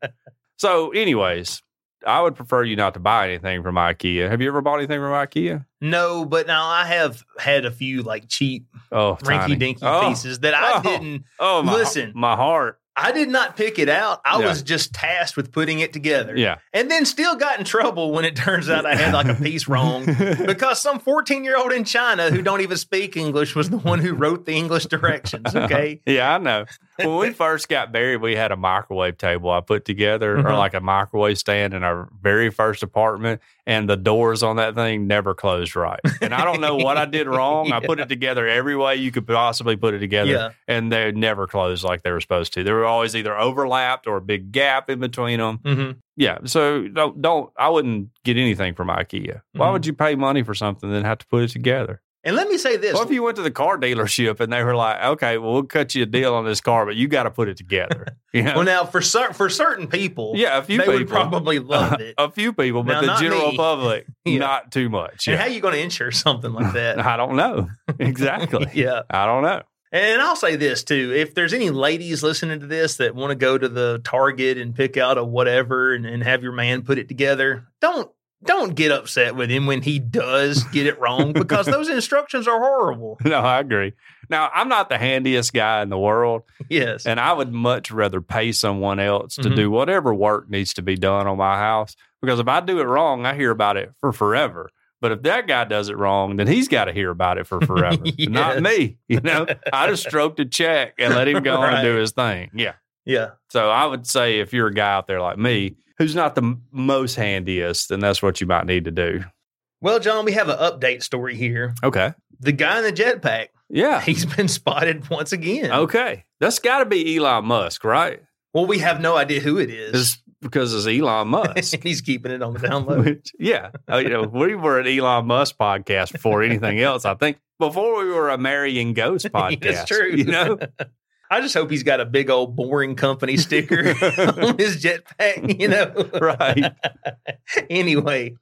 Speaker 4: So, anyways, I would prefer you not to buy anything from IKEA. Have you ever bought anything from IKEA?
Speaker 3: no, but now I have had a few like cheap
Speaker 4: Oh, tiny.
Speaker 3: rinky dinky
Speaker 4: Oh,
Speaker 3: pieces that I
Speaker 4: Oh.
Speaker 3: didn't
Speaker 4: Oh, my,
Speaker 3: Listen.
Speaker 4: my heart.
Speaker 3: I did not pick it out. I
Speaker 4: Yeah.
Speaker 3: was just tasked with putting it together.
Speaker 4: Yeah.
Speaker 3: And then still got in trouble when it turns out I had like a piece
Speaker 4: (laughs)
Speaker 3: wrong because some 14 year old in China who don't even speak English was the one who wrote the English
Speaker 4: (laughs)
Speaker 3: directions. Okay.
Speaker 4: yeah, I know. When we first got married, we had a microwave table I put together, or
Speaker 3: Mhm.
Speaker 4: like a microwave stand in our very first apartment, and the doors on that thing never closed right. And I don't know what I did wrong. I put it together every way you could possibly put it together,
Speaker 3: Yeah.
Speaker 4: and they never closed like they were supposed to. They were always either overlapped or a big gap in between them.
Speaker 3: hmm
Speaker 4: Yeah, so don't, don't I wouldn't get anything from IKEA. Why
Speaker 3: Mhm.
Speaker 4: would you pay money for something and have to put it together?
Speaker 3: And let me say this.
Speaker 4: Well, if you went to the car dealership and they were like, "Okay, well, we'll cut you a deal on this car, but you got to put it together." (laughs) You know?
Speaker 3: well, now for cer- for certain people,
Speaker 4: yeah, a
Speaker 3: they
Speaker 4: few people, Uh-huh. Oh,
Speaker 3: would probably love it.
Speaker 4: a few people, but
Speaker 3: Now,
Speaker 4: the
Speaker 3: not
Speaker 4: general
Speaker 3: me.
Speaker 4: public,
Speaker 3: (laughs) Yeah.
Speaker 4: not too much.
Speaker 3: And
Speaker 4: Yeah.
Speaker 3: how you going to insure something like that?
Speaker 4: I
Speaker 3: (laughs)
Speaker 4: don't know exactly.
Speaker 3: yeah.
Speaker 4: I don't know. (laughs)
Speaker 3: And I'll say this too: if there's any ladies listening to this that want to go to the Target and pick out a whatever and, and have your man put it together, don't don't get upset with him when he does get it wrong because those instructions are horrible.
Speaker 4: No, I agree. Now, I'm not the handiest guy in the world,
Speaker 3: Yes,
Speaker 4: and I would much rather pay someone else to
Speaker 3: Mhm.
Speaker 4: do whatever work needs to be done on my house because if I do it wrong, I hear about it for forever. But if that guy does it wrong, then he's got to hear about
Speaker 3: (laughs)
Speaker 4: it for forever,
Speaker 3: Yes.
Speaker 4: not me. You know, I
Speaker 3: (laughs)
Speaker 4: just stroked a check and let him go on and do
Speaker 3: Right.
Speaker 4: his thing. Yeah.
Speaker 3: yeah,
Speaker 4: So I would say if you're a guy out there like me who's not the m- most handiest, then that's what you might need to do.
Speaker 3: Well, John, we have an update story here.
Speaker 4: Okay.
Speaker 3: The guy in the jetpack, (laughs)
Speaker 4: Yeah.
Speaker 3: he's been spotted once again.
Speaker 4: Ah. Okay. That's got to be Elon Musk, right?
Speaker 3: Well, we have no idea who it is.
Speaker 4: It's because it's
Speaker 3: (laughs)
Speaker 4: Elon Musk.
Speaker 3: he's keeping it on the download.
Speaker 4: (laughs) Which, yeah, Uh, you know, we were an Elon Musk podcast before anything else. I think before we were a
Speaker 3: (laughs)
Speaker 4: marrying ghost podcast.
Speaker 3: That's true. (laughs)
Speaker 4: You know,
Speaker 3: I just hope he's got a big old boring
Speaker 4: (laughs)
Speaker 3: company sticker (laughs) on his jetpack. You know, (laughs)
Speaker 4: right?
Speaker 3: anyway,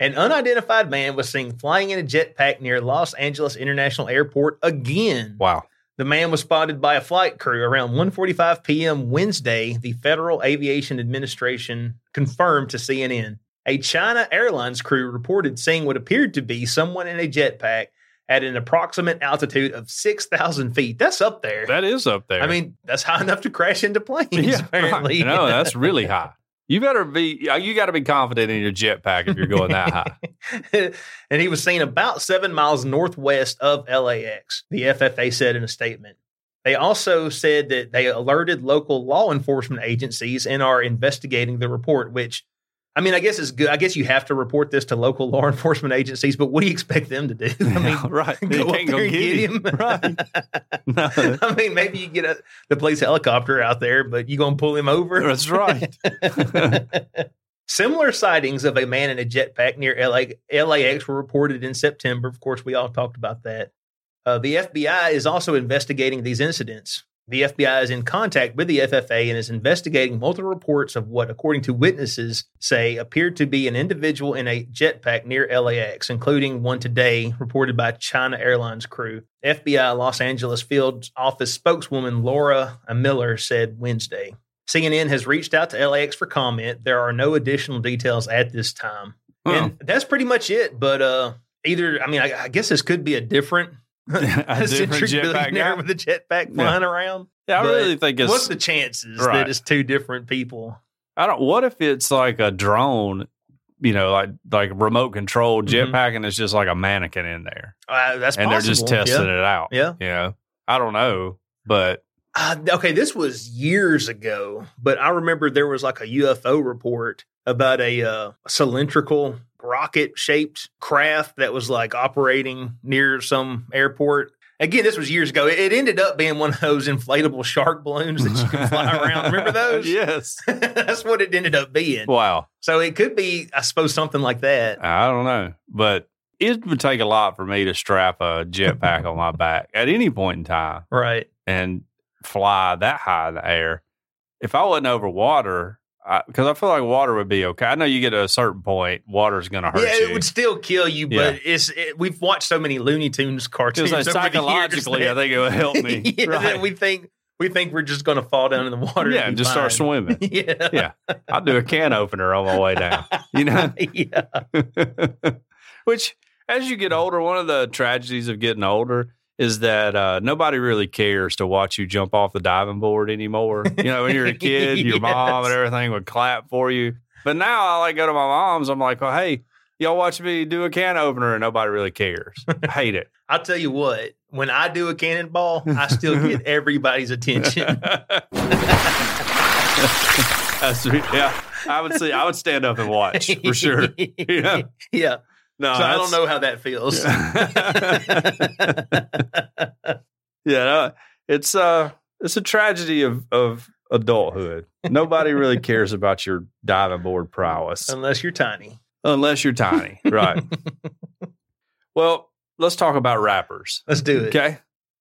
Speaker 3: An unidentified man was seen flying in a jetpack near Los Angeles International Airport again.
Speaker 4: Wow.
Speaker 3: The man was spotted by a flight crew around 1:45 p.m. Wednesday, the Federal Aviation Administration confirmed to CNN. A China Airlines crew reported seeing what appeared to be someone in a jetpack at an approximate altitude of 6,000 feet. That's up there.
Speaker 4: That is up there.
Speaker 3: I
Speaker 4: (laughs)
Speaker 3: mean, that's high enough to crash into planes, (laughs)
Speaker 4: right.
Speaker 3: apparently.
Speaker 4: No, that's really high. You better be. uh, You got to be confident in your jetpack if you're going that high.
Speaker 3: (laughs) and he was seen about seven miles northwest of LAX, the FFA said in a statement. They also said that they alerted local law enforcement agencies and are investigating the report, which I mean, I guess it's good. I guess you have to report this to local law (laughs) enforcement agencies, but what do you expect them to do? (laughs) (laughs) I mean,
Speaker 4: (laughs) right?
Speaker 3: go up there and get him. (laughs)
Speaker 4: Right? (laughs) No,
Speaker 3: I mean, maybe you get a, the police helicopter out there, but you gonna pull him over?
Speaker 4: that's right.
Speaker 3: Similar sightings of a man in a jetpack near LA, LAX were reported in September. Of course, we all talked about that. Uh, the FBI is also investigating these incidents. The FBI is in contact with the FFA and is investigating multiple reports of what, according to witnesses, say appeared to be an individual in a jetpack near LAX, including one today reported by China Airlines crew. FBI Los Angeles field office spokeswoman Laura Miller said Wednesday. CNN has reached out to LAX for comment. There are no additional details at this time. (laughs)
Speaker 4: Well,
Speaker 3: And that's pretty much it. But uh, either, I mean, I, I guess this could be a different,
Speaker 4: (laughs) a different
Speaker 3: eccentric
Speaker 4: jetpack.
Speaker 3: billionaire
Speaker 4: guy.
Speaker 3: with a jetpack flying around.
Speaker 4: Yeah, I
Speaker 3: But
Speaker 4: really think it's.
Speaker 3: What's the chances
Speaker 4: Right.
Speaker 3: that it's two different people?
Speaker 4: I don't. What if it's like a drone? You know, like like remote control jetpack,
Speaker 3: Mhm.
Speaker 4: and it's just like a mannequin in there,
Speaker 3: Uh, that's
Speaker 4: and they're just
Speaker 3: possible,
Speaker 4: testing
Speaker 3: yeah.
Speaker 4: it out.
Speaker 3: Yeah.
Speaker 4: You know, I don't know, but
Speaker 3: Uh, okay, this was years ago, but I remember there was like a UFO report about a uh, cylindrical rocket shaped craft that was like operating near some airport. Again, this was years ago. It, it ended up being one of those inflatable shark balloons (laughs) that you can fly around.
Speaker 4: (laughs)
Speaker 3: Remember those?
Speaker 4: yes.
Speaker 3: (laughs) That's what it ended up being.
Speaker 4: Wow.
Speaker 3: So it could be, I suppose, something like that.
Speaker 4: I don't know, but it would take a lot for me to strap a jetpack
Speaker 3: (laughs)
Speaker 4: on my back at any point in time
Speaker 3: Right.
Speaker 4: and fly that high in the air. If I wasn't over water, because I, feel like water would be okay. I know you get to a certain point, water's going to hurt
Speaker 3: yeah,
Speaker 4: you.
Speaker 3: it would still kill you, but it's it, we've watched so many Looney Tunes cartoons.
Speaker 4: Just like
Speaker 3: over the years
Speaker 4: psychologically,
Speaker 3: that-
Speaker 4: I think it would help me.
Speaker 3: (laughs) yeah, that
Speaker 4: right.
Speaker 3: we think we think we're just going to fall down in the water.
Speaker 4: yeah,
Speaker 3: be
Speaker 4: and just start
Speaker 3: fine.
Speaker 4: swimming.
Speaker 3: (laughs) Yeah,
Speaker 4: Yeah. I'll do a can opener on my way down. You know, (laughs)
Speaker 3: yeah,
Speaker 4: Which, as you get older, one of the tragedies of getting older is that uh, nobody really cares to watch you jump off the diving board anymore. You know, when you're a
Speaker 3: (laughs)
Speaker 4: kid, your mom
Speaker 3: Yes.
Speaker 4: and everything would clap for you. But now I like go to my mom's. I'm like, oh, hey, y'all watch me do a can opener, and nobody really cares. I hate it.
Speaker 3: I'll tell you what. When I do a cannonball, I still
Speaker 4: (laughs)
Speaker 3: get everybody's attention.
Speaker 4: That's- yeah, I would say I would stand up and watch
Speaker 3: (laughs)
Speaker 4: for sure. Yeah.
Speaker 3: yeah.
Speaker 4: No,
Speaker 3: so I
Speaker 4: that's-
Speaker 3: don't know how that feels.
Speaker 4: (laughs)
Speaker 3: (laughs)
Speaker 4: yeah, no, it's uh it's a tragedy of of adulthood. Nobody really cares about your diving board prowess
Speaker 3: Unless you're tiny.
Speaker 4: unless
Speaker 3: (laughs)
Speaker 4: you're tiny, right? well, let's talk about rappers.
Speaker 3: Let's do it.
Speaker 4: Okay.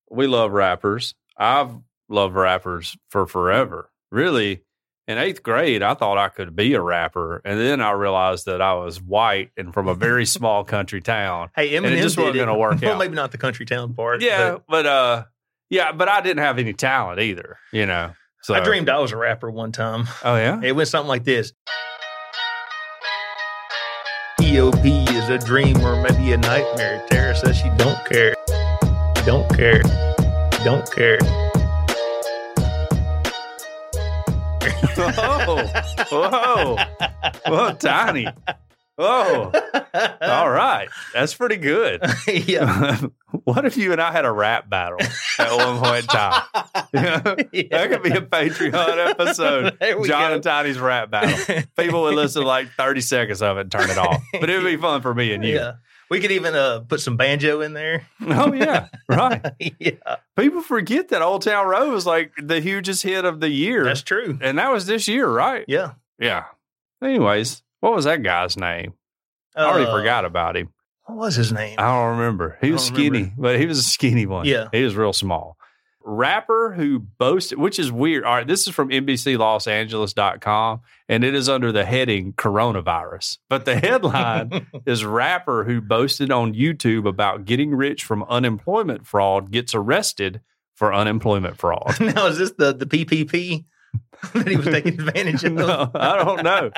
Speaker 4: We love rappers. I've loved rappers for forever. Really, in eighth grade, I thought I could be a rapper. And then I realized that I was white and from a very small country town.
Speaker 3: Hey, Eminem
Speaker 4: And it just
Speaker 3: did
Speaker 4: wasn't
Speaker 3: it.
Speaker 4: gonna work
Speaker 3: well,
Speaker 4: out.
Speaker 3: maybe not the country town part.
Speaker 4: Yeah,
Speaker 3: but
Speaker 4: but, uh, yeah, but I didn't have any talent either. You know, so
Speaker 3: I dreamed I was a rapper one time.
Speaker 4: Oh yeah,
Speaker 3: It went something like this. EOP is a dream or maybe a nightmare. Tara says she don't care. Don't care. Don't
Speaker 4: (laughs)
Speaker 3: care.
Speaker 4: (laughs) whoa, whoa, whoa, tiny. Whoa, all right, that's pretty good. (laughs)
Speaker 3: yeah.
Speaker 4: what if you and I had a rap battle at one point in time? (laughs) That could be a Patreon episode.
Speaker 3: (laughs) There we
Speaker 4: John
Speaker 3: go.
Speaker 4: and Tiny's rap battle. People would listen to like 30 seconds of it and turn it off. But it would be fun for me and you.
Speaker 3: (laughs) Yeah. We could even uh, put some banjo in there. (laughs)
Speaker 4: Oh, yeah. Right.
Speaker 3: yeah.
Speaker 4: People forget that Old Town Road was like the hugest hit of the year.
Speaker 3: That's true.
Speaker 4: and that was this year, right?
Speaker 3: Yeah.
Speaker 4: Yeah. Anyways, what was that guy's name? I already
Speaker 3: Uh,
Speaker 4: forgot about him.
Speaker 3: What was his name?
Speaker 4: I don't remember. He
Speaker 3: I
Speaker 4: was
Speaker 3: don't remember.
Speaker 4: skinny, but he was a skinny one.
Speaker 3: Yeah.
Speaker 4: He was real small. rapper who boasted, which is weird. All right, this is from NBCLosAngeles.com, and it is under the heading coronavirus. But the
Speaker 3: (laughs)
Speaker 4: headline is rapper who boasted on YouTube about getting rich from unemployment fraud gets arrested for unemployment fraud.
Speaker 3: (laughs) now is this the the PPP (laughs) that he was
Speaker 4: (laughs)
Speaker 3: taking advantage of?
Speaker 4: no, I don't know.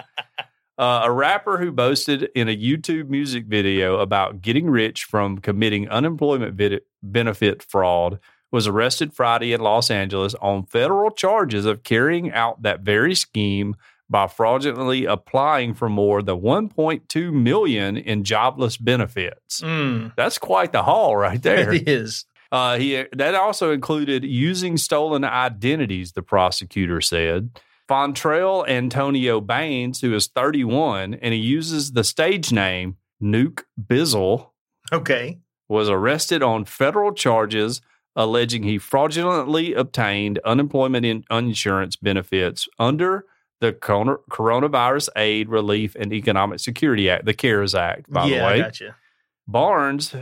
Speaker 4: Uh, a rapper who boasted in a YouTube music video about getting rich from committing unemployment vid- benefit fraud was arrested Friday in Los Angeles on federal charges of carrying out that very scheme by fraudulently applying for more than 1.2 million in jobless benefits.
Speaker 3: Mm,
Speaker 4: That's quite the haul right
Speaker 3: (laughs)
Speaker 4: there.
Speaker 3: it is.
Speaker 4: Uh, he that also included using stolen identities. The prosecutor said Fontrell Antonio Baines, who is 31, and he uses the stage name Nuke Bizzle,
Speaker 3: Okay.
Speaker 4: was arrested on federal charges alleging he fraudulently obtained unemployment in- insurance benefits under the Corona- Coronavirus Aid, Relief, and Economic Security Act, the CARES Act, by
Speaker 3: yeah,
Speaker 4: the way.
Speaker 3: I gotcha.
Speaker 4: Barnes,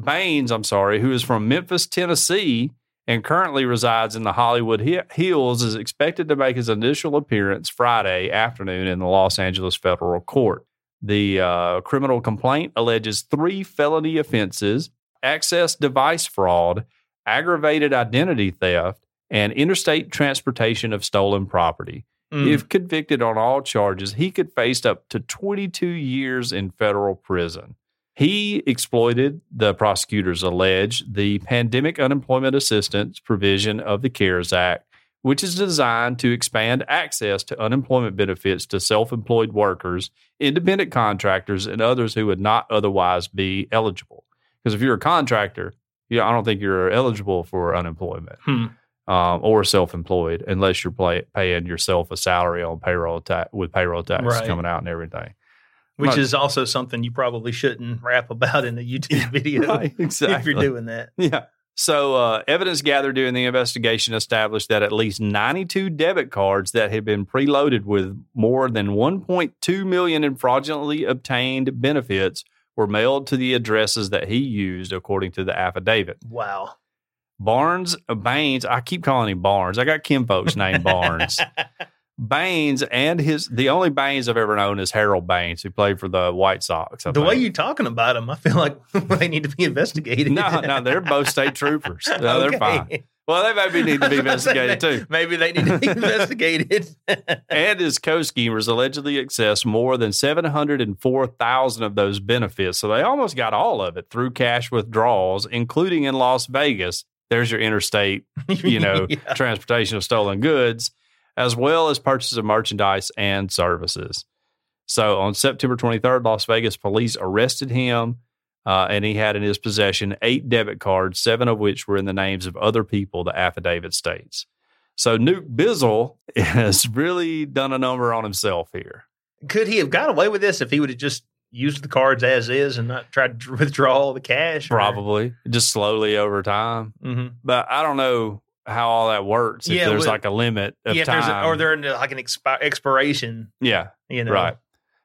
Speaker 4: Baines, I'm sorry, who is from Memphis, Tennessee, and currently resides in the Hollywood Hi- Hills, is expected to make his initial appearance Friday afternoon in the Los Angeles federal court. The uh, criminal complaint alleges three felony offenses access device fraud, aggravated identity theft, and interstate transportation of stolen property.
Speaker 3: Mm.
Speaker 4: If convicted on all charges, he could face up to 22 years in federal prison. He exploited, the prosecutors allege, the pandemic unemployment assistance provision of the CARES Act, which is designed to expand access to unemployment benefits to self employed workers, independent contractors, and others who would not otherwise be eligible. Because if you're a contractor, you I don't think you're eligible for unemployment
Speaker 3: Hmm.
Speaker 4: um, or self-employed unless you're play, paying yourself a salary on payroll tax with payroll tax
Speaker 3: Right.
Speaker 4: coming out
Speaker 3: (laughs)
Speaker 4: and everything.
Speaker 3: Which
Speaker 4: Right.
Speaker 3: is also something you probably shouldn't rap about in a YouTube
Speaker 4: (laughs)
Speaker 3: video
Speaker 4: exactly.
Speaker 3: if you're doing that.
Speaker 4: yeah. So uh, evidence gathered during the investigation established that at least 92 debit cards that had been preloaded with more than 1.2 million in fraudulently obtained benefits were mailed to the addresses that he used, according to the affidavit.
Speaker 3: Wow.
Speaker 4: Barnes uh, Baines, I keep calling him Barnes. I got Kim folks
Speaker 3: (laughs)
Speaker 4: named Barnes. Baines and his the only Baines I've ever known is Harold Baines, who played for the White Sox. I
Speaker 3: the way
Speaker 4: think.
Speaker 3: you're talking about them, I feel like (laughs) they need to be investigated. (laughs)
Speaker 4: no, no, they're both state troopers. No, they're
Speaker 3: Okay.
Speaker 4: fine. Well, they maybe
Speaker 3: (laughs)
Speaker 4: need to be investigated too.
Speaker 3: Maybe they need to
Speaker 4: (laughs)
Speaker 3: be investigated.
Speaker 4: And his co-schemers allegedly accessed more than seven hundred and four thousand of those benefits, so they almost got all of it through cash withdrawals, including in Las Vegas. There's your interstate you know,
Speaker 3: (laughs) Yeah.
Speaker 4: transportation of stolen goods, as well as purchase of merchandise and services. So on September 23rd, Las Vegas police arrested him, uh, and he had in his possession eight debit cards, seven of which were in the names of other people, the affidavit states. So Nuke Bizzle (laughs) has really done a number on himself here.
Speaker 3: could he have got away with this if he would have just used the cards as is and not tried to (laughs) withdraw all the cash? or-
Speaker 4: Probably just slowly over time,
Speaker 3: Mhm.
Speaker 4: but I don't know how all that works. If
Speaker 3: Yeah,
Speaker 4: there's
Speaker 3: well-
Speaker 4: like a limit of
Speaker 3: Yeah, if
Speaker 4: time,
Speaker 3: there's a, or they're in like an expi- expiration,
Speaker 4: yeah,
Speaker 3: you know,
Speaker 4: right,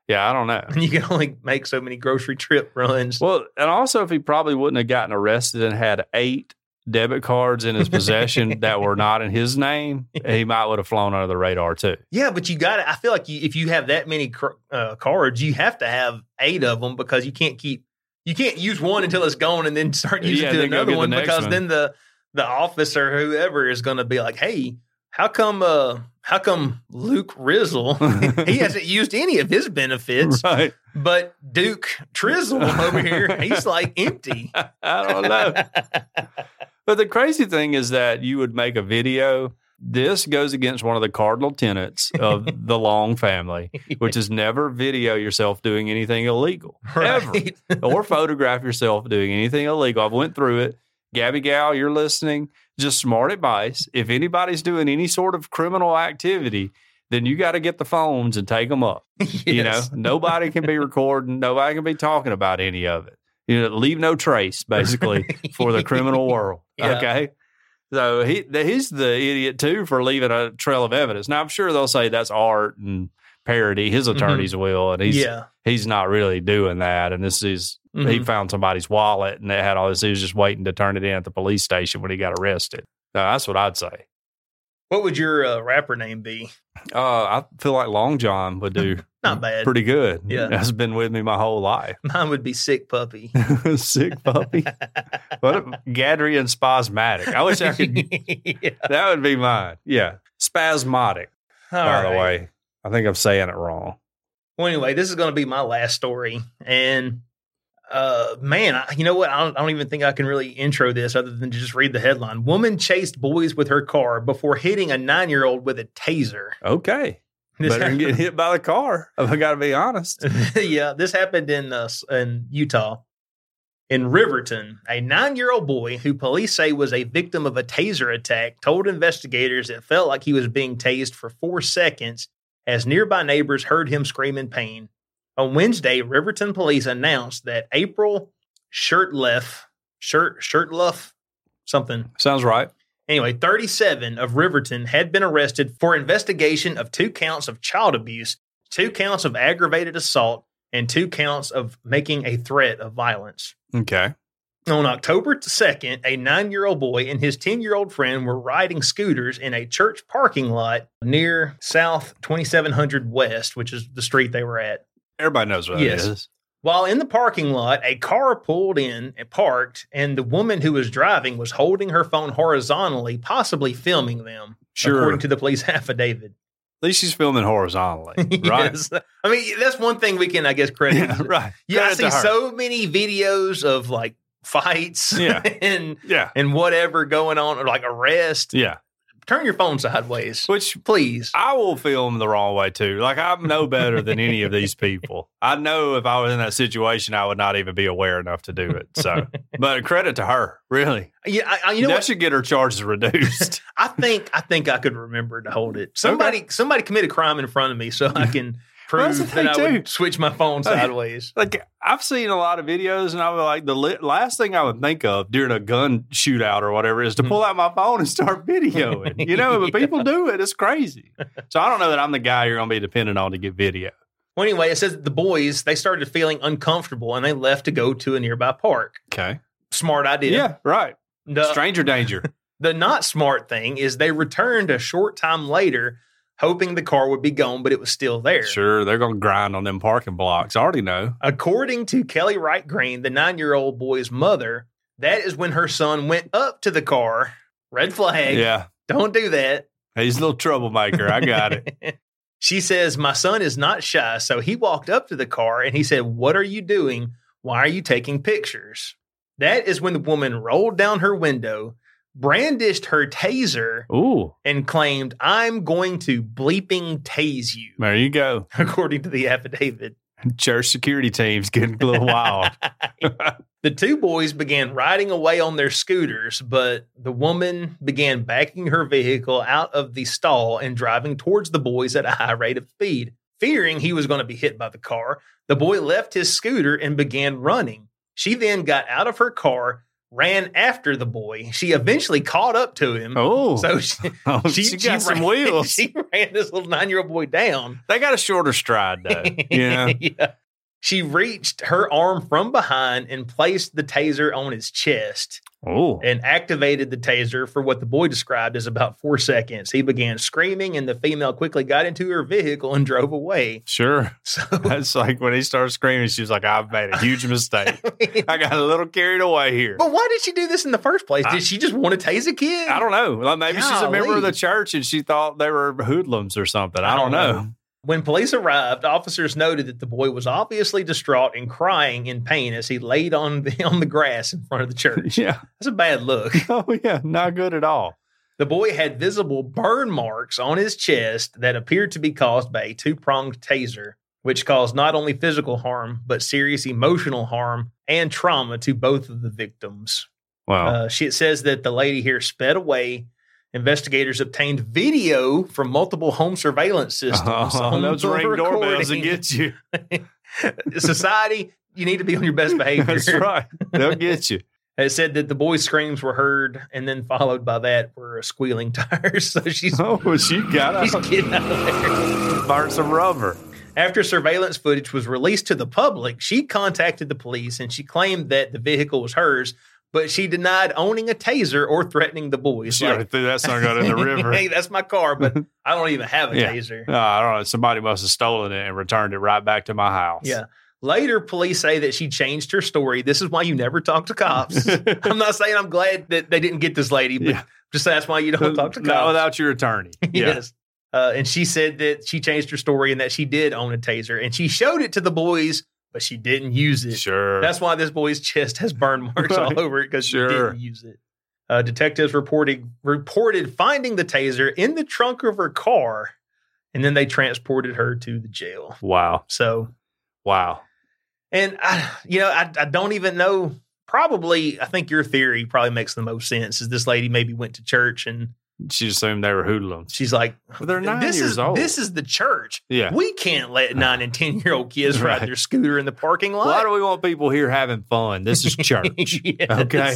Speaker 4: yeah, I don't know.
Speaker 3: And (laughs) you can only make so many grocery trip runs.
Speaker 4: (laughs) Well, and also if he probably wouldn't have gotten arrested and had eight debit cards in his possession that were not in his name, he might would have flown under the radar too. (laughs)
Speaker 3: Yeah, but you got to I feel like you, if you have that many cr- uh, cards, you have to have eight of them because you can't keep you can't use one until it's gone and then start using
Speaker 4: (laughs) Yeah,
Speaker 3: to
Speaker 4: then go
Speaker 3: another
Speaker 4: get the
Speaker 3: one
Speaker 4: next
Speaker 3: because
Speaker 4: one.
Speaker 3: then the the officer whoever is going to be like, "Hey, how come uh how come Luke Rizzle (laughs) he
Speaker 4: (laughs)
Speaker 3: hasn't used any of his benefits,
Speaker 4: right.
Speaker 3: but Duke
Speaker 4: (laughs)
Speaker 3: Trizzle over here, he's like empty."
Speaker 4: I don't know. but the crazy thing is that you would make a video. This goes against one of the cardinal tenets of the Long family, which is never video yourself doing anything illegal. Ever.
Speaker 3: Right.
Speaker 4: (laughs) or photograph yourself doing anything illegal. I've went through it. Gabby Gal, you're listening. Just smart advice. If anybody's doing any sort of criminal activity, then you got to get the phones and take them up.
Speaker 3: (laughs)
Speaker 4: You know,
Speaker 3: Yes.
Speaker 4: nobody can be recording. Nobody can be talking about any of it. You know, leave no
Speaker 3: (laughs)
Speaker 4: trace, basically, for the criminal world.
Speaker 3: Yeah.
Speaker 4: Okay. So he th- he's the idiot too for leaving a trail of evidence. Now I'm sure they'll say that's art and parody. His attorneys will, and he's
Speaker 3: Mm-hmm. Yeah. Mm-hmm.
Speaker 4: he's not really doing that. And this is he
Speaker 3: Mhm.
Speaker 4: found somebody's wallet and they had all this. He was just waiting to turn it in at the police station when he got arrested. Now, that's what I'd say.
Speaker 3: What would your uh, rapper name be? (laughs)
Speaker 4: Uh, I feel like Long John would do
Speaker 3: Not bad.
Speaker 4: pretty good.
Speaker 3: Yeah.
Speaker 4: (laughs) That's been with me my whole life. (laughs)
Speaker 3: Mine would be Sick Puppy. (laughs)
Speaker 4: Sick puppy. what a, Gadry and spasmatic. I wish I could.
Speaker 3: (laughs) Yeah.
Speaker 4: that would be mine. Yeah. Spasmodic,
Speaker 3: All
Speaker 4: by the
Speaker 3: right.
Speaker 4: way. I think I'm saying it wrong.
Speaker 3: Well, anyway, this is going to be my last story, and uh, man, I, you know what? I don't, I don't even think I can really intro this other than to just read the headline: "Woman chased boys with her car before hitting a nine-year-old with a taser." (laughs)
Speaker 4: Okay.
Speaker 3: This
Speaker 4: Better than getting hit by the car. (laughs) I got to
Speaker 3: (laughs)
Speaker 4: be honest.
Speaker 3: yeah, this happened in uh, s- in Utah, in Riverton. A nine-year-old boy who police say was a victim of a taser attack told investigators it felt like he was being tased for four seconds as nearby neighbors heard him scream in pain. On Wednesday, Riverton police announced that April Shirtleff, Shirt Shirtleff, something
Speaker 4: Sounds right.
Speaker 3: Anyway, 37 of Riverton had been arrested for investigation of two counts of child abuse, two counts of aggravated assault, and two counts of making a threat of violence.
Speaker 4: Okay.
Speaker 3: On October 2nd, a nine year old boy and his 10 year old friend were riding scooters in a church parking lot near South 2700 West, which is the street they were at.
Speaker 4: Everybody knows what that
Speaker 3: Yes.
Speaker 4: is.
Speaker 3: While in the parking lot, a car pulled in and parked, and the woman who was driving was holding her phone horizontally, possibly filming them.
Speaker 4: Sure.
Speaker 3: according to the police (laughs) affidavit.
Speaker 4: At least she's filming horizontally. Right.
Speaker 3: (laughs) Yes. I mean, that's one thing we can, I guess, credit.
Speaker 4: Yeah, right.
Speaker 3: Yeah, I
Speaker 4: Credit to
Speaker 3: see
Speaker 4: her.
Speaker 3: so many videos of like fights (laughs)
Speaker 4: Yeah.
Speaker 3: and
Speaker 4: Yeah.
Speaker 3: and whatever going on, or like arrest.
Speaker 4: Yeah.
Speaker 3: Turn your phone sideways,
Speaker 4: Which
Speaker 3: please.
Speaker 4: I will film the wrong way too. Like I'm no better than any of these people. I know if I was in that situation, I would not even be aware enough to do it.
Speaker 3: (laughs)
Speaker 4: So, but credit to her, really.
Speaker 3: Yeah, I, I, you know
Speaker 4: that
Speaker 3: what?
Speaker 4: should get her charges reduced.
Speaker 3: I think I think I could remember to hold it. Somebody somebody commit a crime in front of me, so I can prove
Speaker 4: that's the
Speaker 3: that I
Speaker 4: thing,
Speaker 3: would switch my phone
Speaker 4: Hey.
Speaker 3: sideways.
Speaker 4: like I've seen a lot of videos, and I was like, the li- last thing I would think of during a gun shootout or whatever
Speaker 3: Mm-hmm.
Speaker 4: is to pull out my phone
Speaker 3: (laughs)
Speaker 4: and start videoing. You know, but people do it. It's crazy. So I don't know that I'm the guy you're going to be dependent on to get video.
Speaker 3: Well, anyway, it says that the boys they started feeling uncomfortable and they left to go to a nearby park.
Speaker 4: Okay.
Speaker 3: Smart idea.
Speaker 4: Yeah. Right.
Speaker 3: The- (laughs)
Speaker 4: Stranger danger.
Speaker 3: The not smart thing is they returned a short time later, hoping the car would be gone, but it was still there.
Speaker 4: Sure, they're gonna grind on them parking blocks. I already know.
Speaker 3: According to Kelly Wright Green, the nine year old boy's mother, that is when her son went up to the car. Red flag.
Speaker 4: Yeah,
Speaker 3: Don't do that.
Speaker 4: he's a little troublemaker. I
Speaker 3: (laughs)
Speaker 4: got it.
Speaker 3: She says, My son is not shy. So he walked up to the car and he said, What are you doing? Why are you taking pictures? That is when the woman rolled down her window, brandished her taser,
Speaker 4: Ooh,
Speaker 3: and claimed, I'm going to bleeping tase you,
Speaker 4: there you go.
Speaker 3: (laughs) according to the affidavit.
Speaker 4: Church security team's getting a
Speaker 3: (laughs)
Speaker 4: little wild.
Speaker 3: The two boys began riding away on their scooters, but the woman began backing her vehicle out of the stall and driving towards the boys at a high rate of speed. Fearing he was going to be hit by the car, the boy left his scooter and began running. She then got out of her car, ran after the boy. She eventually caught up to him.
Speaker 4: (laughs) Oh,
Speaker 3: So she,
Speaker 4: Oh, she,
Speaker 3: she, she
Speaker 4: got some
Speaker 3: ran- (laughs)
Speaker 4: wheels.
Speaker 3: She ran this little nine year old boy down.
Speaker 4: (laughs)
Speaker 3: (laughs)
Speaker 4: they got a shorter stride though. Yeah,
Speaker 3: Yeah. She reached her arm from behind and placed the taser on his chest
Speaker 4: oh,
Speaker 3: and activated the taser for what the boy described as about four seconds. He began screaming, and the female quickly got into her vehicle and drove away. (laughs)
Speaker 4: sure. (laughs)
Speaker 3: So,
Speaker 4: That's like when he started screaming. She was like, "I've made a huge mistake.
Speaker 3: but
Speaker 4: I got a little carried away here."
Speaker 3: why did she do this in the first place? Did she just want to tase a kid?
Speaker 4: I don't know. Like maybe she's a member
Speaker 3: Golly.
Speaker 4: of the church and she thought they were hoodlums or something. I don't, know. (laughs)
Speaker 3: When police arrived, officers noted that the boy was obviously distraught and crying in pain as he laid on the, (laughs) on the grass in front of the church.
Speaker 4: Yeah.
Speaker 3: That's a bad look.
Speaker 4: Oh yeah. Not good at all.
Speaker 3: The boy had visible burn marks on his chest that appeared to be caused by a two pronged taser, which caused not only physical harm, but serious emotional harm and trauma to both of the victims.
Speaker 4: Wow.
Speaker 3: Uh, she, it says that the lady here sped away. Investigators obtained video from multiple home surveillance
Speaker 4: (laughs)
Speaker 3: systems.
Speaker 4: Oh,
Speaker 3: on
Speaker 4: those
Speaker 3: the
Speaker 4: ring doorbells will
Speaker 3: recording.
Speaker 4: get you. (laughs)
Speaker 3: (laughs) Society, you need to be on your best behavior.
Speaker 4: (laughs) That's right. They'll get you. (laughs)
Speaker 3: It said that the boy's screams were heard, and then followed by that were squealing (laughs) tires. So she's
Speaker 4: Oh, well, she got (laughs)
Speaker 3: He's
Speaker 4: us
Speaker 3: getting out of there.
Speaker 4: burn some rubber.
Speaker 3: After surveillance footage was released to the public, she contacted the police and she claimed that the vehicle was hers, but she denied owning a taser or threatening the boys.
Speaker 4: She already
Speaker 3: Like,
Speaker 4: threw that sucker
Speaker 3: (laughs)
Speaker 4: in the river.
Speaker 3: hey, that's my car,
Speaker 4: (laughs)
Speaker 3: but I don't even have a
Speaker 4: Yeah. (laughs)
Speaker 3: taser.
Speaker 4: Oh, I don't know. Somebody must have stolen it and returned it right back to my house. (laughs)
Speaker 3: Yeah. Later, police say that she changed her story. This is why you never talk to
Speaker 4: (laughs)
Speaker 3: cops. I'm not saying I'm glad that they didn't get this lady, but
Speaker 4: Yeah. Uh,
Speaker 3: just that's why you don't talk to cops.
Speaker 4: Not without
Speaker 3: (laughs)
Speaker 4: your attorney.
Speaker 3: Yes. Uh, and she said that she changed her story and that she did own a taser and she showed it to the boys, but she didn't use
Speaker 4: Yeah.
Speaker 3: it.
Speaker 4: Sure.
Speaker 3: That's why this boy's chest has burn
Speaker 4: (laughs)
Speaker 3: marks all
Speaker 4: Right.
Speaker 3: over it because
Speaker 4: Sure.
Speaker 3: she didn't use it. Uh, detectives reported reported finding the taser in the trunk of her car, and then they transported her to the jail.
Speaker 4: wow.
Speaker 3: So
Speaker 4: Wow.
Speaker 3: and I, you know, I, I don't even know. Probably, I think your theory probably makes the most sense. Is this lady maybe went to church and
Speaker 4: She assumed they were hoodlums.
Speaker 3: she's like,
Speaker 4: Well, they're nine
Speaker 3: "This
Speaker 4: years
Speaker 3: is
Speaker 4: old.
Speaker 3: this is the church.
Speaker 4: yeah.
Speaker 3: We can't let nine and ten year old
Speaker 4: (laughs)
Speaker 3: kids
Speaker 4: Right.
Speaker 3: ride their scooter in the parking lot." (laughs)
Speaker 4: Why do we want people here having fun? This is (laughs) church.
Speaker 3: Yes.
Speaker 4: Okay.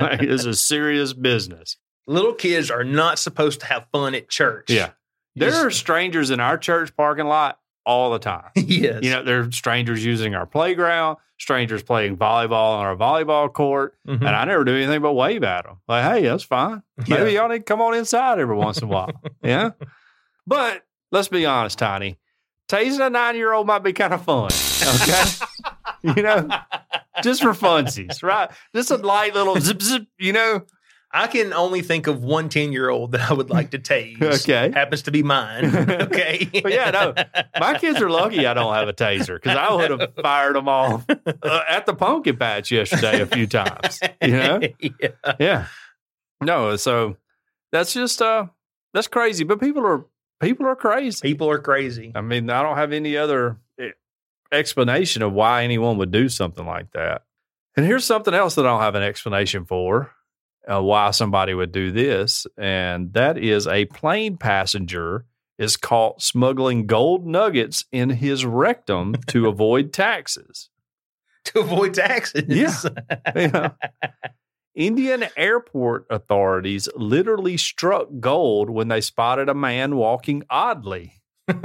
Speaker 4: like, this is serious business.
Speaker 3: little kids are not supposed to have fun at church.
Speaker 4: Yeah. There
Speaker 3: Yes.
Speaker 4: are strangers in our church parking lot all the time.
Speaker 3: (laughs) yes,
Speaker 4: You know, there are strangers using our playground, strangers playing volleyball on our volleyball court,
Speaker 3: Mhm.
Speaker 4: and I never do anything but wave at them. Like, hey, that's fine. Maybe y'all need to come on inside every once in a while. yeah. But let's be honest, Tiny. Tasing a nine year old might be kind of fun. Okay. you know, just for funsies, right? Just a light little zip, zip, you know?
Speaker 3: I can only think of one 10 year old that I would
Speaker 4: (laughs)
Speaker 3: like to tase.
Speaker 4: Okay.
Speaker 3: happens to be
Speaker 4: (laughs)
Speaker 3: mine. Okay,
Speaker 4: But
Speaker 3: (laughs)
Speaker 4: yeah, no, my kids are lucky I don't have a taser because I would have fired them off uh, at the pumpkin patch yesterday a few times. You know?
Speaker 3: (laughs) Yeah.
Speaker 4: yeah no so that's just uh that's crazy but people are people are crazy
Speaker 3: People are crazy.
Speaker 4: i mean i don't have any other eh, explanation of why anyone would do something like that and here's something else that i don't have an explanation for uh, why somebody would do this and that is a plane passenger is caught smuggling gold nuggets in his rectum to avoid taxes
Speaker 3: (laughs) to avoid taxes.
Speaker 4: Yeah. (laughs) yeah. Indian airport authorities literally struck gold when they spotted a man walking oddly
Speaker 3: (laughs) Oh,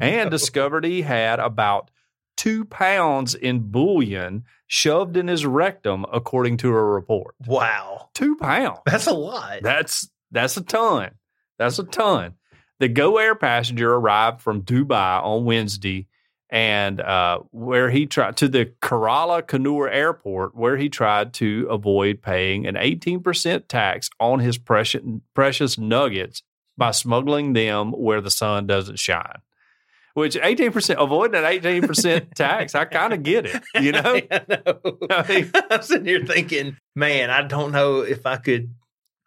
Speaker 4: and
Speaker 3: no.
Speaker 4: discovered he had about two pounds in bullion shoved in his rectum, according to a report.
Speaker 3: (laughs) wow,
Speaker 4: Two pounds.
Speaker 3: that's a lot.
Speaker 4: That's that's a ton. That's a ton. The Go Air passenger arrived from Dubai on Wednesday, and uh, where he tried to the Kerala Kannur airport, where he tried to avoid paying an eighteen percent tax on his precious precious nuggets by smuggling them where the sun doesn't shine. Which eighteen percent avoiding an eighteen percent tax, I kind of get it, you know.
Speaker 3: (laughs)
Speaker 4: (laughs)
Speaker 3: I know.
Speaker 4: I mean-
Speaker 3: (laughs) I'm sitting here thinking, man, I don't know if I could.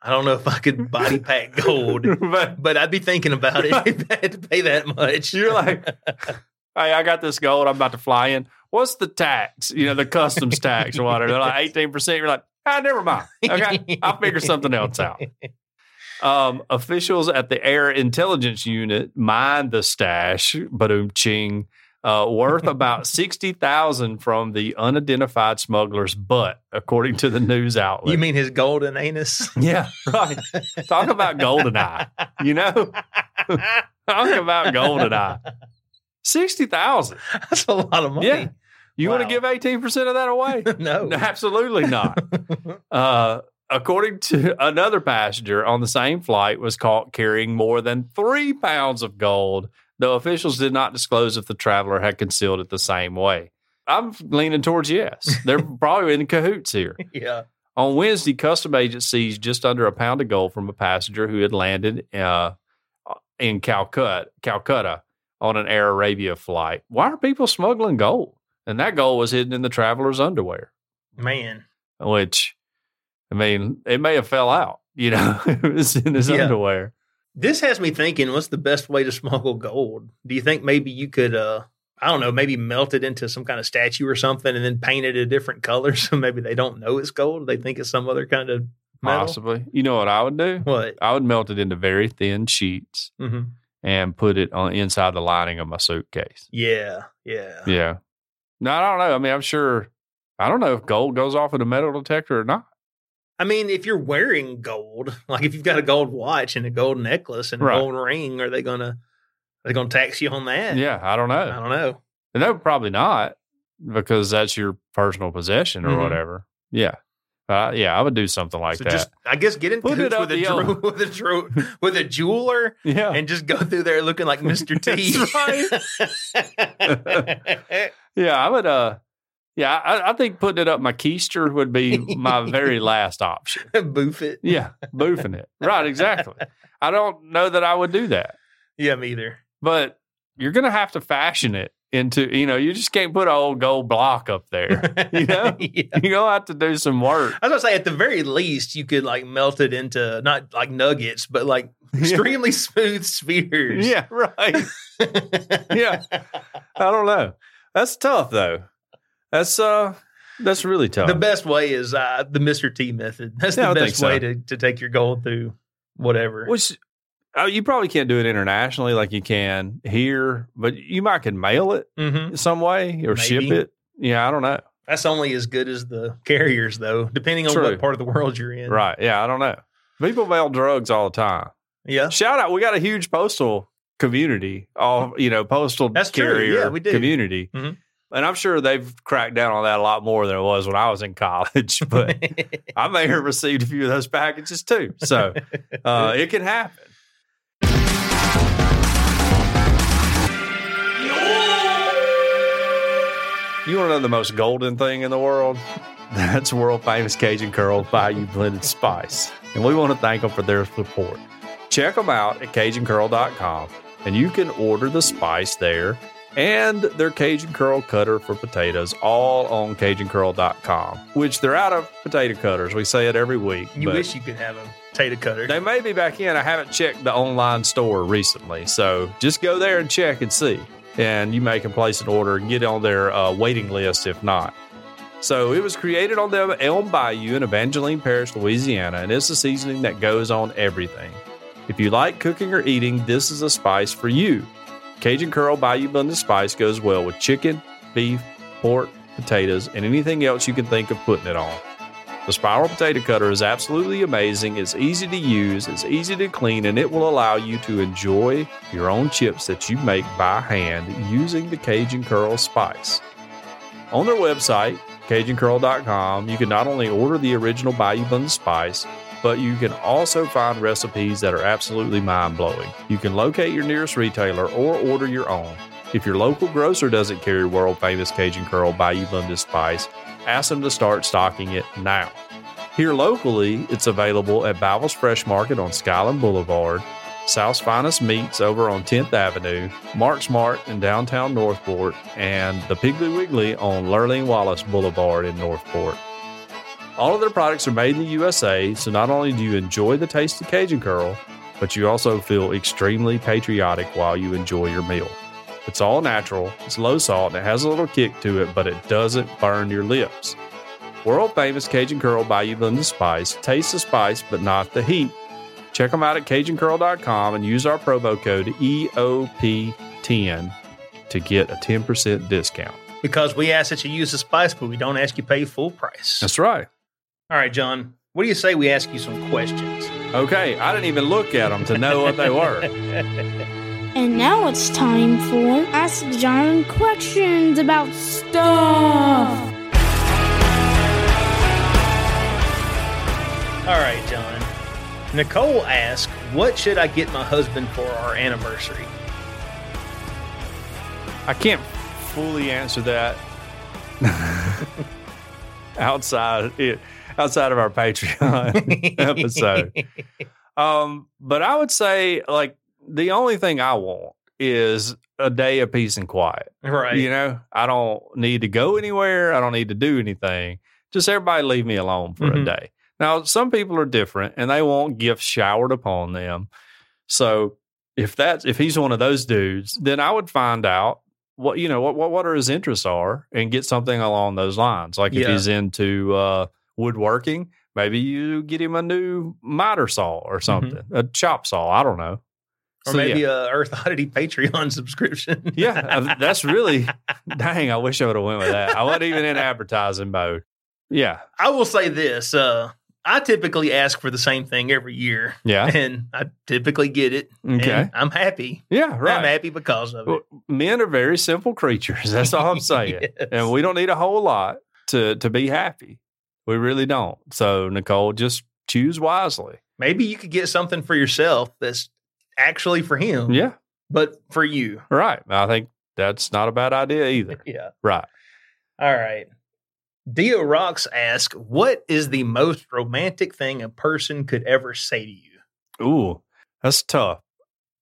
Speaker 3: I don't know if I could body pack
Speaker 4: (laughs)
Speaker 3: gold,
Speaker 4: but
Speaker 3: but I'd be thinking about it if I had to pay that much. (laughs)
Speaker 4: You're like, hey, I got this gold. I'm about to fly in. What's the tax? You know, the customs tax or whatever. They're like 18%. You're like, ah, never mind. Okay. I'll figure something else out. Um, officials at the Air Intelligence Unit mined the stash, Badum Ching, uh, worth about 60000 from the unidentified smuggler's butt, according to the news outlet.
Speaker 3: you mean his golden anus?
Speaker 4: (laughs) Yeah, right. Talk about Goldeneye. You know, talk about Goldeneye. Sixty thousand.
Speaker 3: That's a lot of money.
Speaker 4: Yeah. You want to
Speaker 3: Wow.
Speaker 4: give eighteen percent of that away?
Speaker 3: (laughs)
Speaker 4: (laughs)
Speaker 3: No.
Speaker 4: absolutely not. Uh, according to another passenger on the same flight, was caught carrying more than three pounds of gold. Though officials did not disclose if the traveler had concealed it the same way. I'm leaning towards yes. They're probably in cahoots here.
Speaker 3: Yeah.
Speaker 4: On Wednesday, custom agents seized just under a pound of gold from a passenger who had landed uh, in Calcutta, Calcutta on an Air Arabia flight. Why are people smuggling gold? And that gold was hidden in the traveler's underwear,
Speaker 3: Man.
Speaker 4: which, I mean, it may have fell out. You know, (laughs) it was in his
Speaker 3: Yeah.
Speaker 4: underwear.
Speaker 3: This has me thinking, what's the best way to smuggle gold? Do you think maybe you could uh I don't know, maybe melt it into some kind of statue or something and then paint it a different color (laughs) so maybe they don't know it's gold. They think it's some other kind of metal.
Speaker 4: Possibly. You know what I would do?
Speaker 3: What?
Speaker 4: I would melt it into very thin sheets
Speaker 3: hmm
Speaker 4: and put it on inside the lining of my suitcase.
Speaker 3: Yeah, yeah.
Speaker 4: Yeah. No, I don't know. I mean, I'm sure. I don't know if gold goes off in a metal detector or not.
Speaker 3: I mean, if you're wearing gold, (laughs) like if you've got a gold watch and a gold necklace and a
Speaker 4: Right.
Speaker 3: gold ring, are they gonna are they gonna tax you on that?
Speaker 4: Yeah, I don't
Speaker 3: Eh, I
Speaker 4: know.
Speaker 3: don't know.
Speaker 4: No, probably not because that's your personal possession or
Speaker 3: Mhm.
Speaker 4: whatever. Yeah. Uh, yeah, I would do something like
Speaker 3: so
Speaker 4: that.
Speaker 3: just, I guess, get in
Speaker 4: Put it
Speaker 3: touch
Speaker 4: up
Speaker 3: with a,
Speaker 4: the
Speaker 3: drew,
Speaker 4: elbow.
Speaker 3: (laughs) with a drew, with a jeweler
Speaker 4: yeah. (laughs)
Speaker 3: and (laughs) just go through there looking like Mr. T.
Speaker 4: That's
Speaker 3: (laughs)
Speaker 4: right. yeah, I would. Uh, yeah, I, I think putting it up my keister would be my
Speaker 3: (laughs)
Speaker 4: very last option.
Speaker 3: Boof it.
Speaker 4: Yeah, boofing it. Right, exactly. I don't know that I would do that,
Speaker 3: Yeah, me either.
Speaker 4: but you're going to have to fashion it into, you know, you just can't put an old gold block up (laughs) there.
Speaker 3: (laughs)
Speaker 4: You know?
Speaker 3: yeah.
Speaker 4: You're going to have to do some work. (laughs)
Speaker 3: I was gonna say, at the very least, you could like melt it into not like nuggets, but
Speaker 4: (laughs)
Speaker 3: like extremely smooth spheres.
Speaker 4: Yeah, right. (laughs) yeah. I don't know. That's tough though. That's uh that's really tough.
Speaker 3: The best way is uh, the Mr. T method. That's
Speaker 4: Yeah, I
Speaker 3: the
Speaker 4: think
Speaker 3: best
Speaker 4: so.
Speaker 3: way to, to take your gold through whatever.
Speaker 4: Which uh, you probably can't do it internationally like you can here, but you might can mail it
Speaker 3: hmm
Speaker 4: some way or ship
Speaker 3: Maybe.
Speaker 4: it. Yeah, I don't know.
Speaker 3: That's only as good as the carriers, though, depending on
Speaker 4: True.
Speaker 3: what part of the world you're in.
Speaker 4: Right. Yeah, I don't know. People mail drugs all the time.
Speaker 3: Yeah.
Speaker 4: Shout out, we got a huge postal community, all you know, postal
Speaker 3: That's true.
Speaker 4: carrier
Speaker 3: Yeah, we do.
Speaker 4: community.
Speaker 3: Mhm.
Speaker 4: And I'm sure they've cracked down on that a lot more than it was when I was in (laughs) college. But
Speaker 3: (laughs)
Speaker 4: I may have received a few of those packages too. So uh, it can happen. You want to know the most golden thing in the world? (laughs) That's world famous Cajun Curl Bayou Blended Spice. And we want to thank them for their support. Check them out at CajunCurl.com and you can order the spice there and their Cajun Curl Cutter for potatoes all on CajunCurl.com, which they're out of potato cutters. We say it every week.
Speaker 3: You
Speaker 4: but-
Speaker 3: wish you could have a potato cutter.
Speaker 4: they may be back in. I haven't checked the online store recently. So just go there and check and see. And you may can place an order and get on their uh, waiting list if not. So it was created on the Elm Bayou in Evangeline Parish, Louisiana, and it's a seasoning that goes on everything. If you like cooking or eating, this is a spice for you. Cajun Curl Bayou Blended Spice goes well with chicken, beef, pork, potatoes, and anything else you can think of putting it on. The spiral potato cutter is absolutely amazing. It's easy to use, it's easy to clean, and it will allow you to enjoy your own chips that you make by hand using the Cajun Curl spice. On their website, CajunCurl.com, you can not only order the original Bayou Blend spice, but you can also find recipes that are absolutely mind blowing. You can locate your nearest retailer or order your own. If your local grocer doesn't carry world famous Cajun Curl Bayou Blended Spice, ask them to start stocking it now. Here locally, it's available at Bible's Fresh Market on Skyland Boulevard, South's Finest Meats over on 10th Avenue, Mark's Mart in downtown Northport, and the Piggly Wiggly on Lurleen Wallace Boulevard in Northport. All of their products are made in the USA, so not only do you enjoy the taste of Cajun Curl, but you also feel extremely patriotic while you enjoy your meal. It's all natural, it's low salt, and it has a little kick to it, but it doesn't burn your lips. World famous Cajun Curl Bayou Blended Spice. Taste the spice, but not the heat. Check them out at CajunCurl.com and use our promo code E EOP10 to get a 10% discount.
Speaker 3: because we ask that you use the spice, but we don't ask you pay full price.
Speaker 4: That's right.
Speaker 3: All right, John. What do you say we ask you some questions?
Speaker 4: Okay, I didn't even look at them to know what they were.
Speaker 6: And now it's time for Ask John questions about stuff.
Speaker 3: All right, John. Nicole asked, "What should I get my husband for our anniversary?"
Speaker 4: I can't fully answer that outside it, outside of our Patreon episode. Um, but I would say like the only thing I want is a day of peace and quiet.
Speaker 3: Right.
Speaker 4: You know, I don't need to go anywhere. I don't need to do anything. Just everybody leave me alone for a
Speaker 3: Mhm.
Speaker 4: day. Now, some people are different and they want gifts showered upon them. So if that's if he's one of those dudes, then I would find out what you know what what, what are his interests are and get something along those lines. Like if
Speaker 3: Yeah.
Speaker 4: he's into uh, woodworking, maybe you get him a new miter saw or something, a chop saw. I don't know.
Speaker 3: Mm-hmm. or
Speaker 4: So, yeah.
Speaker 3: maybe a Earth Oddity Patreon (laughs) subscription.
Speaker 4: yeah,
Speaker 3: (laughs)
Speaker 4: uh, that's really dang. I wish I would have went with that. I wasn't even in advertising mode. Yeah,
Speaker 3: I will say this: uh, I typically ask for the same thing every year,
Speaker 4: yeah,
Speaker 3: and I typically get it. (laughs) and
Speaker 4: okay,
Speaker 3: I'm happy.
Speaker 4: yeah,
Speaker 3: I'm
Speaker 4: right.
Speaker 3: happy because of
Speaker 4: Well,
Speaker 3: it.
Speaker 4: Men are very simple creatures. That's all I'm saying,
Speaker 3: (laughs) Yes.
Speaker 4: and we don't need a whole lot to to be happy. We really don't. So, Nicole, just choose wisely.
Speaker 3: Maybe you could get something for yourself that's actually for him,
Speaker 4: Yeah.
Speaker 3: but for
Speaker 4: (laughs)
Speaker 3: you.
Speaker 4: Right. I think that's not a bad idea
Speaker 3: (laughs)
Speaker 4: either.
Speaker 3: Yeah.
Speaker 4: Right.
Speaker 3: All right. Dio Rocks asks, "What is the most romantic thing a person could ever say to you?"
Speaker 4: Ooh, that's tough.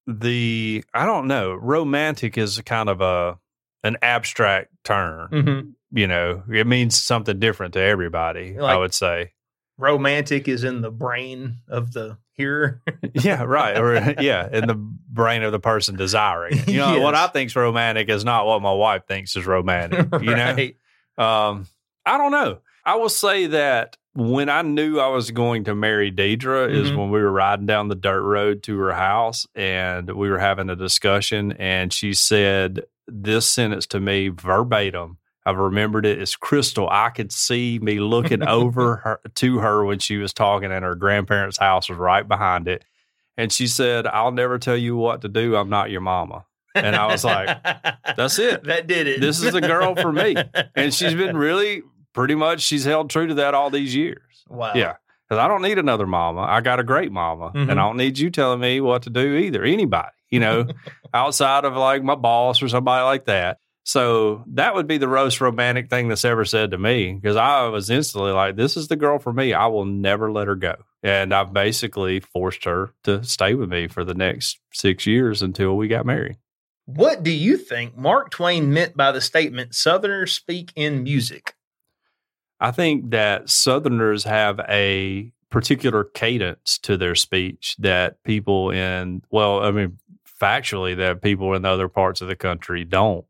Speaker 4: The I don't know. Romantic is kind of a an abstract term.
Speaker 3: Mm-hmm.
Speaker 4: You know, it means something different to everybody. I
Speaker 3: Like- (laughs)
Speaker 4: would say.
Speaker 3: Romantic is in the brain of the hearer.
Speaker 4: yeah, right. Or (laughs) yeah, in the brain of the person desiring. it. You know, what I
Speaker 3: Yes.
Speaker 4: think's romantic is not what my wife thinks is romantic. You know.
Speaker 3: (laughs) Right.
Speaker 4: Um, I don't know. I will say that when I knew I was going to marry Deidre is
Speaker 3: Mhm.
Speaker 4: when we were riding down the dirt road to her house and we were having a discussion and she said this sentence to me verbatim. I've remembered it. It's crystal. I could see me looking over her, to her when she was talking and her grandparents' house was right behind it. And she said, I'll never tell you what to do. I'm not your mama. And I was like, that's it.
Speaker 3: That did it.
Speaker 4: This is the girl
Speaker 3: (laughs)
Speaker 4: for me. and she's been really pretty much she's held true to that all these years
Speaker 3: wow.
Speaker 4: yeah because i don't need another mama i got a great mama
Speaker 3: Mhm.
Speaker 4: and i don't need you telling me what to do either anybody you know outside of like my boss or somebody like that so that would be the most romantic thing that's ever said to me because i was instantly like this is the girl for me i will never let her go and i've basically forced her to stay with me for the next six years until we got married
Speaker 3: What do you think Mark Twain meant by the statement "Southerners speak in music"?
Speaker 4: I think that Southerners have a particular cadence to their speech that people in, well, I mean, factually, that people in other parts of the country don't.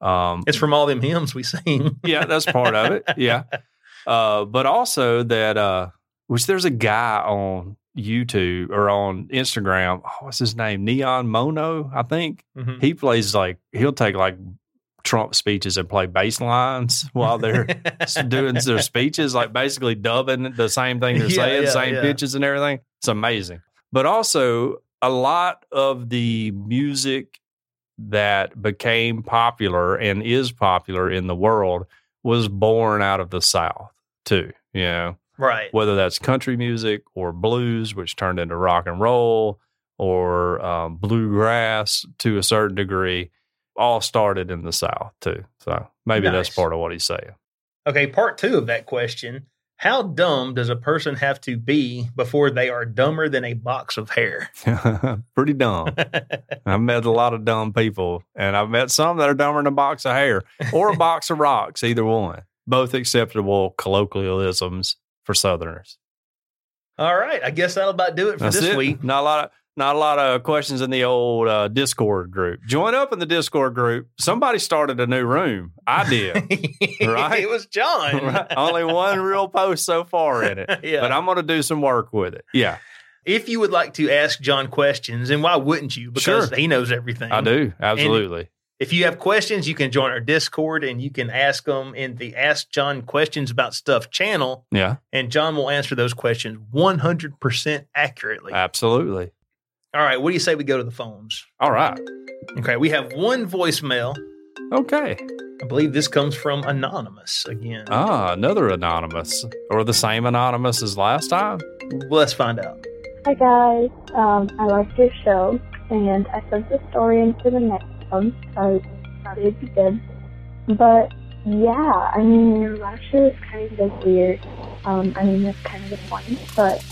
Speaker 4: Um,
Speaker 3: It's from all them hymns we
Speaker 4: (laughs)
Speaker 3: sing.
Speaker 4: yeah, that's part of it. Yeah. Uh, but also that, uh, which there's a guy on YouTube or on Instagram. Oh, what's his name? Neon Mono, I think
Speaker 3: Mhm.
Speaker 4: he plays like he'll take like Trump speeches and play bass lines (laughs)
Speaker 3: (laughs)
Speaker 4: while they're s- doing their speeches, like basically dubbing the same thing
Speaker 3: (laughs)
Speaker 4: they're
Speaker 3: Yeah,
Speaker 4: saying,
Speaker 3: yeah,
Speaker 4: same
Speaker 3: yeah.
Speaker 4: pitches and everything. It's amazing. But also, a lot of the music that became popular and is popular in the world was born out of the South too. You know,
Speaker 3: right.
Speaker 4: whether that's country music or blues, which turned into rock and roll, or um, bluegrass to a certain degree, all started in the South too. So maybe that's
Speaker 3: Nice.
Speaker 4: part of what he's saying.
Speaker 3: Okay, part two of that question. How dumb does a person have to be before they are dumber than a box of hair?
Speaker 4: (laughs)
Speaker 3: (laughs)
Speaker 4: Pretty dumb. I've met a lot of dumb people, and I've met some that are dumber than a box of hair or a box of rocks, either one. Both acceptable colloquialisms for Southerners.
Speaker 3: All right, I guess that'll about do it for
Speaker 4: That's
Speaker 3: this
Speaker 4: it. (laughs)
Speaker 3: week. (laughs)
Speaker 4: Not a lot of not a lot of questions in the old uh, Discord group. Join up in the Discord group. Somebody started a new room.
Speaker 3: (laughs)
Speaker 4: I did. (laughs) Right.
Speaker 3: it was John.
Speaker 4: Right? Only one real post so far in it.
Speaker 3: (laughs) Yeah.
Speaker 4: But I'm going to do some work with it. Yeah,
Speaker 3: if you would like to ask John questions, and why wouldn't you? Because
Speaker 4: Sure.
Speaker 3: he knows everything.
Speaker 4: I do. Absolutely.
Speaker 3: If you have questions, you can join our Discord and you can ask them in the Ask John Questions About Stuff channel,
Speaker 4: Yeah,
Speaker 3: and John will answer those questions 100% accurately.
Speaker 4: absolutely.
Speaker 3: All right, what do you say we go to the phones?
Speaker 4: All right.
Speaker 3: Okay, we have one voicemail.
Speaker 4: Okay.
Speaker 3: I believe this comes from Anonymous again.
Speaker 4: Ah, another anonymous or the same anonymous as last time.
Speaker 3: Let's find out.
Speaker 7: Hi guys, um, I liked your show, and I sent the story into the next one, so I thought it'd be good. But yeah, I mean, last year was kind of weird. Um, I mean, it's kind of funny, but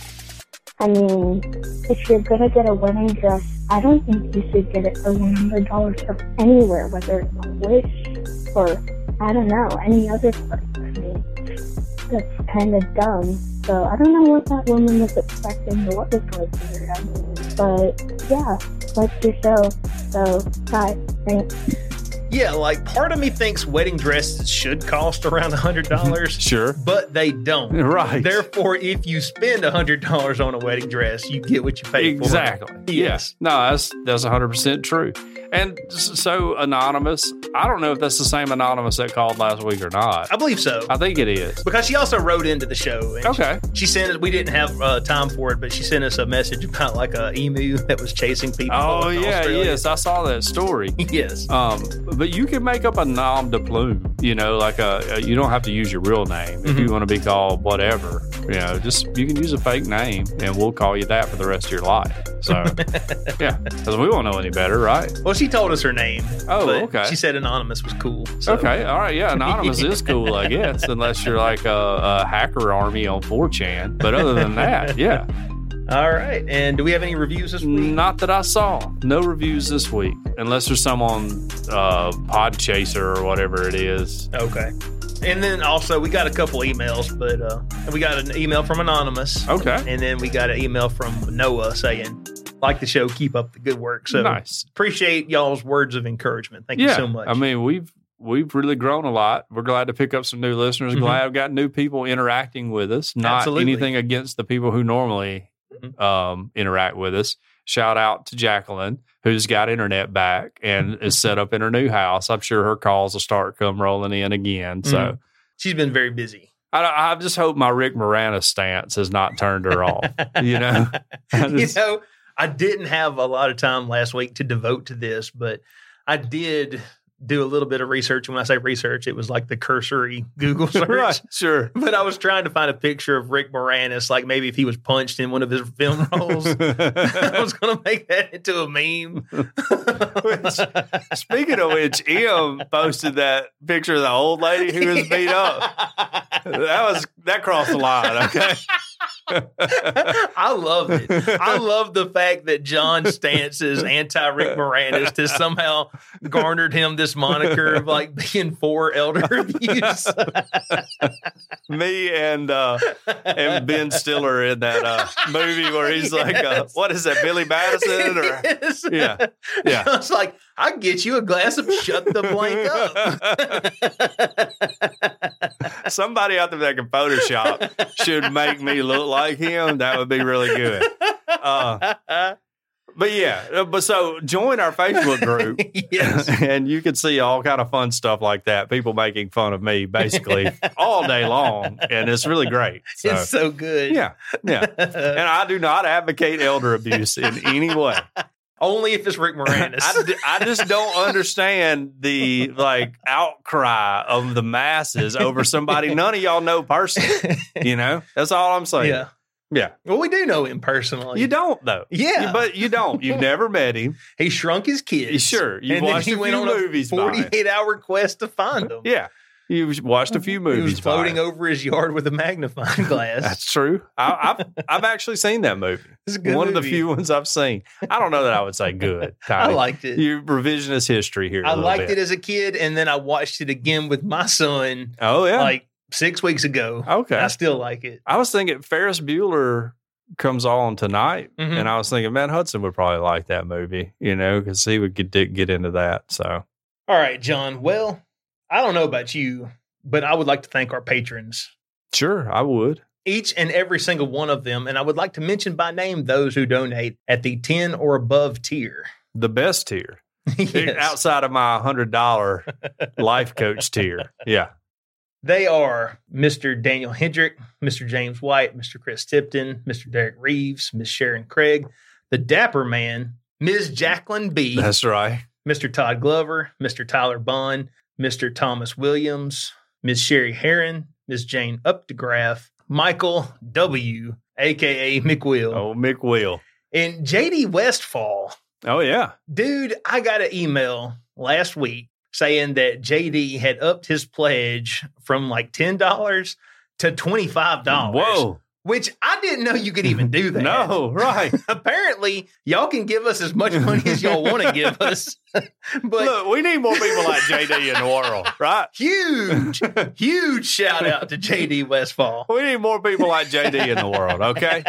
Speaker 7: I mean, if you're gonna get a wedding dress, I don't think you should get it for one hundred dollars from anywhere, whether it's on Wish or I don't know any other place. I mean, that's kind of dumb. So I don't know what that woman was expecting or what was going through her head. But yeah, like your show. So bye. Thanks.
Speaker 3: Yeah, like part of me thinks wedding dresses should cost around $100.
Speaker 4: (laughs) Sure.
Speaker 3: But they don't.
Speaker 4: Right.
Speaker 3: Therefore, if you spend $100 on a wedding dress, you get what you pay for.
Speaker 4: exactly. Yes. No, that's that's hundred percent true. And s- so anonymous. I don't know if that's the same anonymous that called last week or not.
Speaker 3: I believe so.
Speaker 4: I think it is.
Speaker 3: because she also wrote into the show. And
Speaker 4: Okay.
Speaker 3: She, she sent us. We didn't have uh, time for it, but she sent us a message about like a emu that was chasing people.
Speaker 4: Oh
Speaker 3: in
Speaker 4: yeah,
Speaker 3: Australia.
Speaker 4: yes, I saw that story.
Speaker 3: (laughs) yes.
Speaker 4: Um, but you can make up a nom de plume you know, like a, a- you don't have to use your real name if you want to be called whatever. You know, just you can use a fake name, and we'll call you that for the rest of your life. (laughs) So, yeah, because we won't know any better, right?
Speaker 3: Well, she told us her name.
Speaker 4: Oh,
Speaker 3: but
Speaker 4: okay.
Speaker 3: She said anonymous was cool. So.
Speaker 4: Okay, all right, yeah, anonymous is cool, I guess, unless you're like a, a hacker army on 4chan. But other than (laughs) that, yeah,
Speaker 3: All right. And do we have any reviews this week?
Speaker 4: not that I saw. No reviews this week, unless there's some on uh, Podchaser or whatever it is.
Speaker 3: Okay. And then also we got a couple emails, but uh, we got an email from anonymous,
Speaker 4: Okay,
Speaker 3: and then we got an email from Noah saying, "Like the show, keep up the good work." So
Speaker 4: nice.
Speaker 3: appreciate y'all's words of encouragement. Thank you so much.
Speaker 4: I mean, we've we've really grown a lot. We're glad to pick up some new listeners.
Speaker 3: Mhm.
Speaker 4: Glad I've got new people interacting with us. Not
Speaker 3: Absolutely.
Speaker 4: anything against the people who normally
Speaker 3: Mhm.
Speaker 4: um, interact with us. Shout out to Jacqueline, who's got internet back and
Speaker 3: Mm-hmm.
Speaker 4: is set up in her new house. I'm sure her calls will start come rolling in again. So
Speaker 3: Mhm. she's been very busy.
Speaker 4: I, I just hope my Rick Moranis stance has not turned her off. You
Speaker 3: (laughs)
Speaker 4: know, (laughs) I just-
Speaker 3: you know, I didn't have a lot of time last week to devote to this, but I did do a little bit of research. And when I say research, it was like the cursory (laughs) Google search.
Speaker 4: right? Sure.
Speaker 3: But I was trying to find a picture of Rick Moranis, like maybe if he was punched in one of his film roles. (laughs) I was going to make that into a meme.
Speaker 4: Speaking of which, Em posted that picture of the old lady who was beat
Speaker 3: (laughs)
Speaker 4: up. That was that crossed the line. Okay.
Speaker 3: (laughs) I love it. I love the fact that John Stance's anti Rick Moranis has somehow garnered him this moniker of like being for elder (laughs) abuse.
Speaker 4: Me and uh, and Ben Stiller in that uh, movie where he's like, uh,
Speaker 3: Yes.
Speaker 4: what is that, Billy Madison? Or
Speaker 3: (laughs) Yes.
Speaker 4: yeah, yeah.
Speaker 3: (laughs) I was like, I get you a glass of shut the blank
Speaker 4: (laughs)
Speaker 3: up. (laughs)
Speaker 4: Somebody out there that can Photoshop should make me look like him. That would be really good. Uh, but yeah, uh, but so join our Facebook
Speaker 3: (laughs)
Speaker 4: group.
Speaker 3: yes.
Speaker 4: and you can see all kind of fun stuff like that. People making fun of me basically all day long, and it's really great. So,
Speaker 3: It's so good. (laughs)
Speaker 4: yeah, yeah. And I do not advocate elder abuse in
Speaker 3: (laughs)
Speaker 4: any way.
Speaker 3: Only if it's Rick
Speaker 4: (laughs)
Speaker 3: Moranis.
Speaker 4: I, d- I just don't understand the like outcry of the masses over
Speaker 3: (laughs)
Speaker 4: somebody none of y'all know personally. You know, that's all I'm saying.
Speaker 3: yeah.
Speaker 4: yeah.
Speaker 3: Well, we do know him personally.
Speaker 4: You don't though.
Speaker 3: Yeah.
Speaker 4: You- but you don't. You've never met him.
Speaker 3: he shrunk his kids.
Speaker 4: Sure, you
Speaker 3: and then
Speaker 4: watched
Speaker 3: he
Speaker 4: a
Speaker 3: went
Speaker 4: few
Speaker 3: on
Speaker 4: movies.
Speaker 3: a
Speaker 4: by him.
Speaker 3: 48 hour quest to find him.
Speaker 4: Yeah. You've watched a few movies.
Speaker 3: He was
Speaker 4: by
Speaker 3: floating
Speaker 4: him.
Speaker 3: over his yard with a
Speaker 4: (laughs)
Speaker 3: magnifying glass.
Speaker 4: That's true. I, I've I've actually seen that movie.
Speaker 3: It's a good
Speaker 4: One of the
Speaker 3: movie.
Speaker 4: few ones I've seen. I don't know that I would say good.
Speaker 3: (laughs) I
Speaker 4: Tommy.
Speaker 3: liked it.
Speaker 4: your revisionist history here. I
Speaker 3: I liked it as a kid, and then I watched it again with my son
Speaker 4: oh yeah.
Speaker 3: like six weeks ago.
Speaker 4: okay.
Speaker 3: I still like it.
Speaker 4: I was thinking Ferris Bueller comes on tonight,
Speaker 3: Mhm.
Speaker 4: and I was thinking Matt Hudson would probably like that movie, you know, because he would get get into that. So
Speaker 3: All right, John. Well, I don't know about you, but I would like to thank our patrons,
Speaker 4: sure, I would.
Speaker 3: each and every single one of them. And I would like to mention by name those who donate at the 10 or above tier. (laughs)
Speaker 4: The best tier
Speaker 3: Yes.
Speaker 4: outside of my
Speaker 3: (laughs)
Speaker 4: hundred dollar life coach tier. Yeah.
Speaker 3: They are Mr. Daniel Hendrick, Mr. James White, Mr. Chris Tipton, Mr. Derek Reeves, Miss Sharon Craig, the Dapper Man, Ms. Jacqueline B.
Speaker 4: That's right.
Speaker 3: Mr. Todd Glover, Mr. Tyler Bond, Mr. Thomas Williams, Ms. Sherry Heron, Ms. Jane Updegraff, Michael W., aka McWill,
Speaker 4: Oh, Mick Will.
Speaker 3: and JD Westfall.
Speaker 4: Oh yeah.
Speaker 3: Dude, I got an email last week saying that JD had upped his pledge from like $10 to $25.
Speaker 4: Whoa.
Speaker 3: Which I didn't know you could even
Speaker 4: (laughs)
Speaker 3: do that.
Speaker 4: No, right.
Speaker 3: Apparently, y'all can give us as much money as y'all want to
Speaker 4: (laughs)
Speaker 3: give us. (laughs) but
Speaker 4: Look, we need more people like JD in
Speaker 3: (laughs)
Speaker 4: the world, right? (laughs)
Speaker 3: huge, huge shout out to JD Westfall.
Speaker 4: We need more people like JD in the
Speaker 3: (laughs)
Speaker 4: world, okay?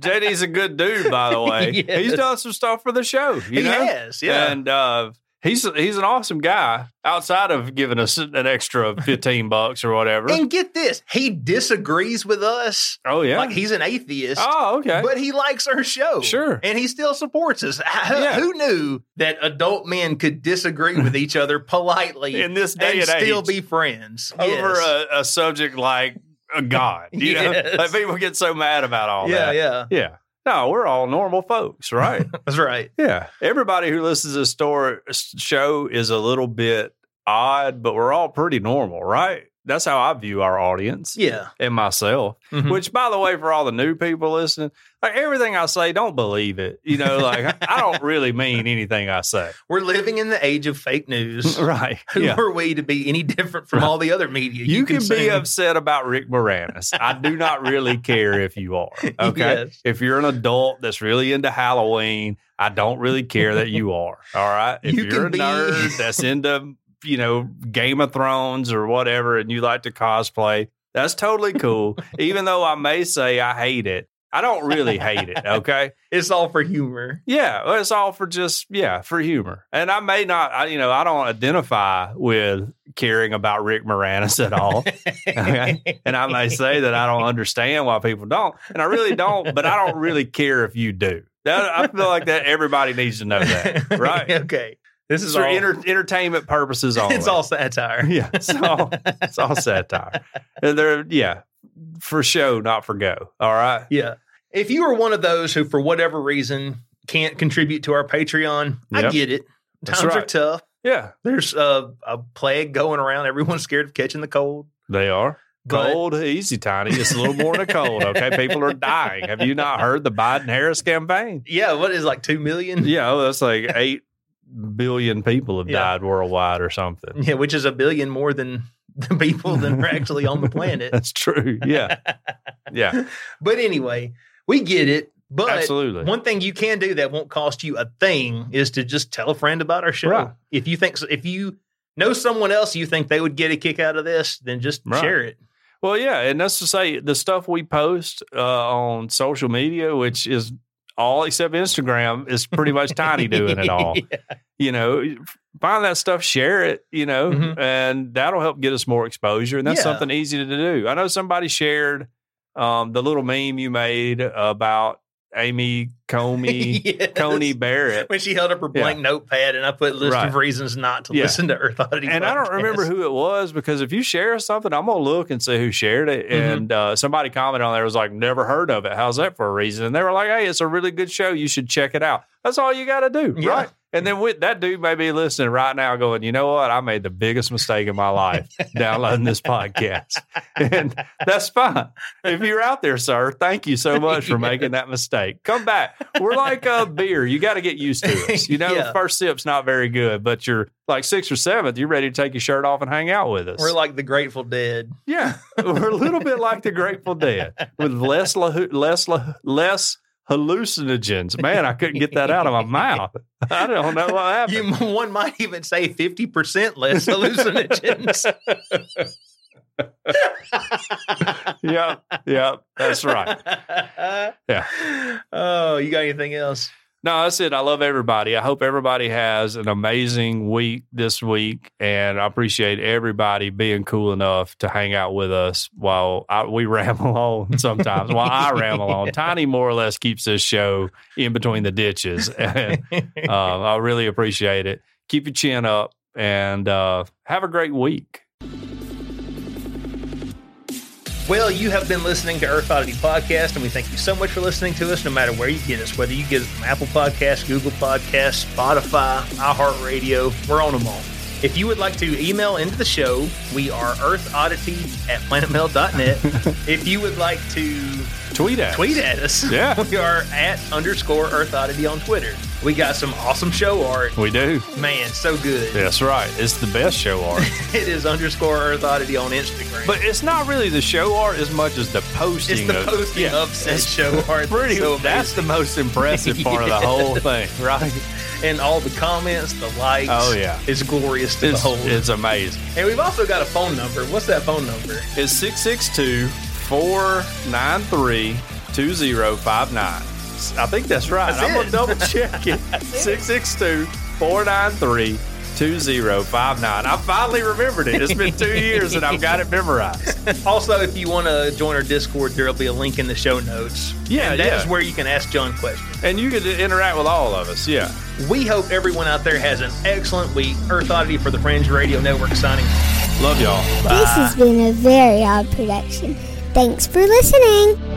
Speaker 4: JD's a good dude, by the way.
Speaker 3: Yes.
Speaker 4: He's done some stuff for the show, you
Speaker 3: he
Speaker 4: know?
Speaker 3: has, yeah.
Speaker 4: And uh, he's he's an awesome guy outside of giving us an extra 15 bucks or whatever.
Speaker 3: And get this, he disagrees with us.
Speaker 4: Oh, yeah.
Speaker 3: Like he's an atheist.
Speaker 4: oh, okay.
Speaker 3: But he likes our show.
Speaker 4: Sure.
Speaker 3: And he still supports us. (laughs) Who-
Speaker 4: Yeah.
Speaker 3: Who knew that adult men could disagree with each
Speaker 4: (laughs)
Speaker 3: other politely
Speaker 4: in this day
Speaker 3: and
Speaker 4: and
Speaker 3: still
Speaker 4: age,
Speaker 3: be friends?
Speaker 4: over uh,
Speaker 3: Yes.
Speaker 4: a, a subject like a God,
Speaker 3: (laughs)
Speaker 4: you
Speaker 3: Yes.
Speaker 4: know? Like people get so mad about all
Speaker 3: yeah,
Speaker 4: that.
Speaker 3: yeah.
Speaker 4: Yeah. No, we're all
Speaker 3: (laughs)
Speaker 4: normal folks, right?
Speaker 3: That's right.
Speaker 4: Yeah. Everybody who listens to this store, show is a little bit odd, but we're all pretty normal, right? That's how I view our audience
Speaker 3: Yeah.
Speaker 4: and myself.
Speaker 3: Mhm.
Speaker 4: Which, by the way, for all the new people listening, like everything I say, don't believe it. You know, like I don't really mean anything
Speaker 3: (laughs)
Speaker 4: I say.
Speaker 3: We're living in the age of fake news.
Speaker 4: (laughs) Right.
Speaker 3: Who (laughs) are we to be any different from all the other media?
Speaker 4: You, can be
Speaker 3: consume?
Speaker 4: upset about Rick Moranis. I do not really care if you
Speaker 3: (laughs)
Speaker 4: are. Okay.
Speaker 3: Yes.
Speaker 4: If you're an adult that's really into Halloween, I don't really care that you are. All right. If
Speaker 3: You
Speaker 4: you are
Speaker 3: can
Speaker 4: a
Speaker 3: be- (laughs)
Speaker 4: nerd that's into, you know, Game of Thrones or whatever, and you like to cosplay, that's
Speaker 3: (laughs)
Speaker 4: totally cool. Even though I may say I hate it, I don't really hate it. Okay.
Speaker 3: It's all for humor.
Speaker 4: Yeah, well, it's all for just yeah for humor. And I may not, I, you know, I don't identify with caring about Rick Moranis
Speaker 3: (laughs)
Speaker 4: at all. Okay. and I may say that I don't understand why people don't, and I really don't. But I don't really care if you do. That, I feel like that everybody needs to know
Speaker 3: (laughs)
Speaker 4: that, (laughs) right?
Speaker 3: okay. This
Speaker 4: This is
Speaker 3: is
Speaker 4: for
Speaker 3: all,
Speaker 4: enter, entertainment purposes only.
Speaker 3: It's all satire.
Speaker 4: (laughs) yeah, it's all it's all satire. And they're yeah for show, not for go. All right.
Speaker 3: Yeah. If you are one of those who, for whatever reason, can't contribute to our Patreon, I
Speaker 4: Yep.
Speaker 3: get it.
Speaker 4: That's
Speaker 3: Times are
Speaker 4: right.
Speaker 3: tough.
Speaker 4: Yeah,
Speaker 3: There's a, a plague going around. Everyone's scared of catching the cold.
Speaker 4: they are.
Speaker 3: But-
Speaker 4: Cold, easy, tiny. It's a little more than a cold. Okay, people are dying. Have you not heard the Biden Harris campaign?
Speaker 3: Yeah, what is it, like two million?
Speaker 4: Yeah, well, that's like eight billion people have
Speaker 3: Yeah.
Speaker 4: died worldwide or something.
Speaker 3: Yeah, which is a billion more than (laughs) the people that are actually
Speaker 4: (laughs)
Speaker 3: on the planet.
Speaker 4: That's true.
Speaker 3: (laughs)
Speaker 4: Yeah, yeah,
Speaker 3: But anyway, we get it. But
Speaker 4: absolutely.
Speaker 3: one thing you can do that won't cost you a thing is to just tell a friend about our show.
Speaker 4: Right.
Speaker 3: If you think if you know someone else you think they would get a kick out of this, then just
Speaker 4: Right.
Speaker 3: share it.
Speaker 4: Well, yeah, and that's to say the stuff we post uh, on social media, which is all except Instagram, is pretty much Tiny doing it
Speaker 3: (laughs)
Speaker 4: all.
Speaker 3: Yeah.
Speaker 4: You know, find that stuff, share it. You know,
Speaker 3: Mhm.
Speaker 4: and that'll help get us more exposure, and that's
Speaker 3: Yeah.
Speaker 4: something easy to do. I know somebody shared um, the little meme you made about Amy Comey,
Speaker 3: (laughs) Yes.
Speaker 4: Coney Barrett.
Speaker 3: When she held up her blank notepad and I put a list of
Speaker 4: Right.
Speaker 3: reasons not to
Speaker 4: Yeah.
Speaker 3: listen to Earth Oddity.
Speaker 4: and I don't remember
Speaker 3: Podcast.
Speaker 4: who it was because if you share something, I'm gonna look and see who shared it.
Speaker 3: Mhm.
Speaker 4: And uh, somebody commented on there was like, "Never heard of it. How's that for a reason?" And they were like, "Hey, it's a really good show. You should check it out." That's all you got to do,
Speaker 3: Yeah.
Speaker 4: right? And then with that dude may be listening right now, going, "You know what? I made the biggest mistake in
Speaker 3: (laughs)
Speaker 4: my life downloading this podcast," and that's fine. If you're out there, sir, thank you so much
Speaker 3: (laughs)
Speaker 4: for making that mistake. Come back. We're like a beer. You got to get used to us. You know,
Speaker 3: (laughs) Yeah.
Speaker 4: first sip's not very good, but you're like sixth or seventh, you're ready to take your shirt off and hang out with
Speaker 3: (laughs)
Speaker 4: us.
Speaker 3: We're like the Grateful Dead.
Speaker 4: yeah, we're a little bit like the Grateful Dead with less lahu- less lahu- less hallucinogens. Man, I couldn't get that out of my mouth. I don't know what happened.
Speaker 3: You, one might even say 50%
Speaker 4: (laughs)
Speaker 3: less hallucinogens. (laughs)
Speaker 4: yeah, yeah, that's right. Yeah.
Speaker 3: Oh, you got anything else?
Speaker 4: No, that's it. I love everybody. I hope everybody has an amazing week this week, and I appreciate everybody being cool enough to hang out with us while I, we (laughs) ramble on. Sometimes while I ramble
Speaker 3: (laughs)
Speaker 4: on, Tiny more or less keeps this show in between the ditches, (laughs) and um, I really appreciate it. Keep your chin up and uh, have a great week.
Speaker 3: Well, you have been listening to Earth Oddity Podcast, and we thank you so much for listening to us, no matter where you get us, whether you get us from Apple Podcasts, Google Podcasts, Spotify, iHeartRadio, we're on them all. If you would like to email into the show, we are earthoddity at
Speaker 4: (laughs)
Speaker 3: planetmail.net. if you would like to
Speaker 4: Tweet at us.
Speaker 3: tweet at us,
Speaker 4: Yeah.
Speaker 3: we are at underscore Earth Oddity on Twitter. We got some awesome show art.
Speaker 4: We do.
Speaker 3: Man, so good.
Speaker 4: That's right. It's the best show art.
Speaker 3: (laughs) It is underscore Earth Oddity on Instagram.
Speaker 4: But it's not really the show art as much as the posting.
Speaker 3: it's the
Speaker 4: of,
Speaker 3: posting
Speaker 4: Yeah.
Speaker 3: of said show art.
Speaker 4: Pretty.
Speaker 3: that's so
Speaker 4: that's
Speaker 3: amazing.
Speaker 4: the most impressive part of the whole thing, right?
Speaker 3: and all the comments, the likes.
Speaker 4: Oh, yeah.
Speaker 3: it's glorious to
Speaker 4: It's,
Speaker 3: behold.
Speaker 4: it's amazing.
Speaker 3: and we've also got a phone number. What's that phone number? (laughs)
Speaker 4: It's 662 493 2059. I think that's right.
Speaker 3: That's
Speaker 4: I'm
Speaker 3: it.
Speaker 4: going to double check it. 662 493 2059. I finally remembered it. It's been two years and I've got it memorized.
Speaker 3: Also, if you want to join our Discord, there'll be a link in the show notes.
Speaker 4: Yeah,
Speaker 3: and that's
Speaker 4: yeah.
Speaker 3: where you can ask John questions.
Speaker 4: And you can interact with all of us. Yeah.
Speaker 3: We hope everyone out there has an excellent week. Earth Oddity for the Fringe Radio Network signing.
Speaker 4: Love y'all.
Speaker 6: This has been a very odd production. Thanks for listening.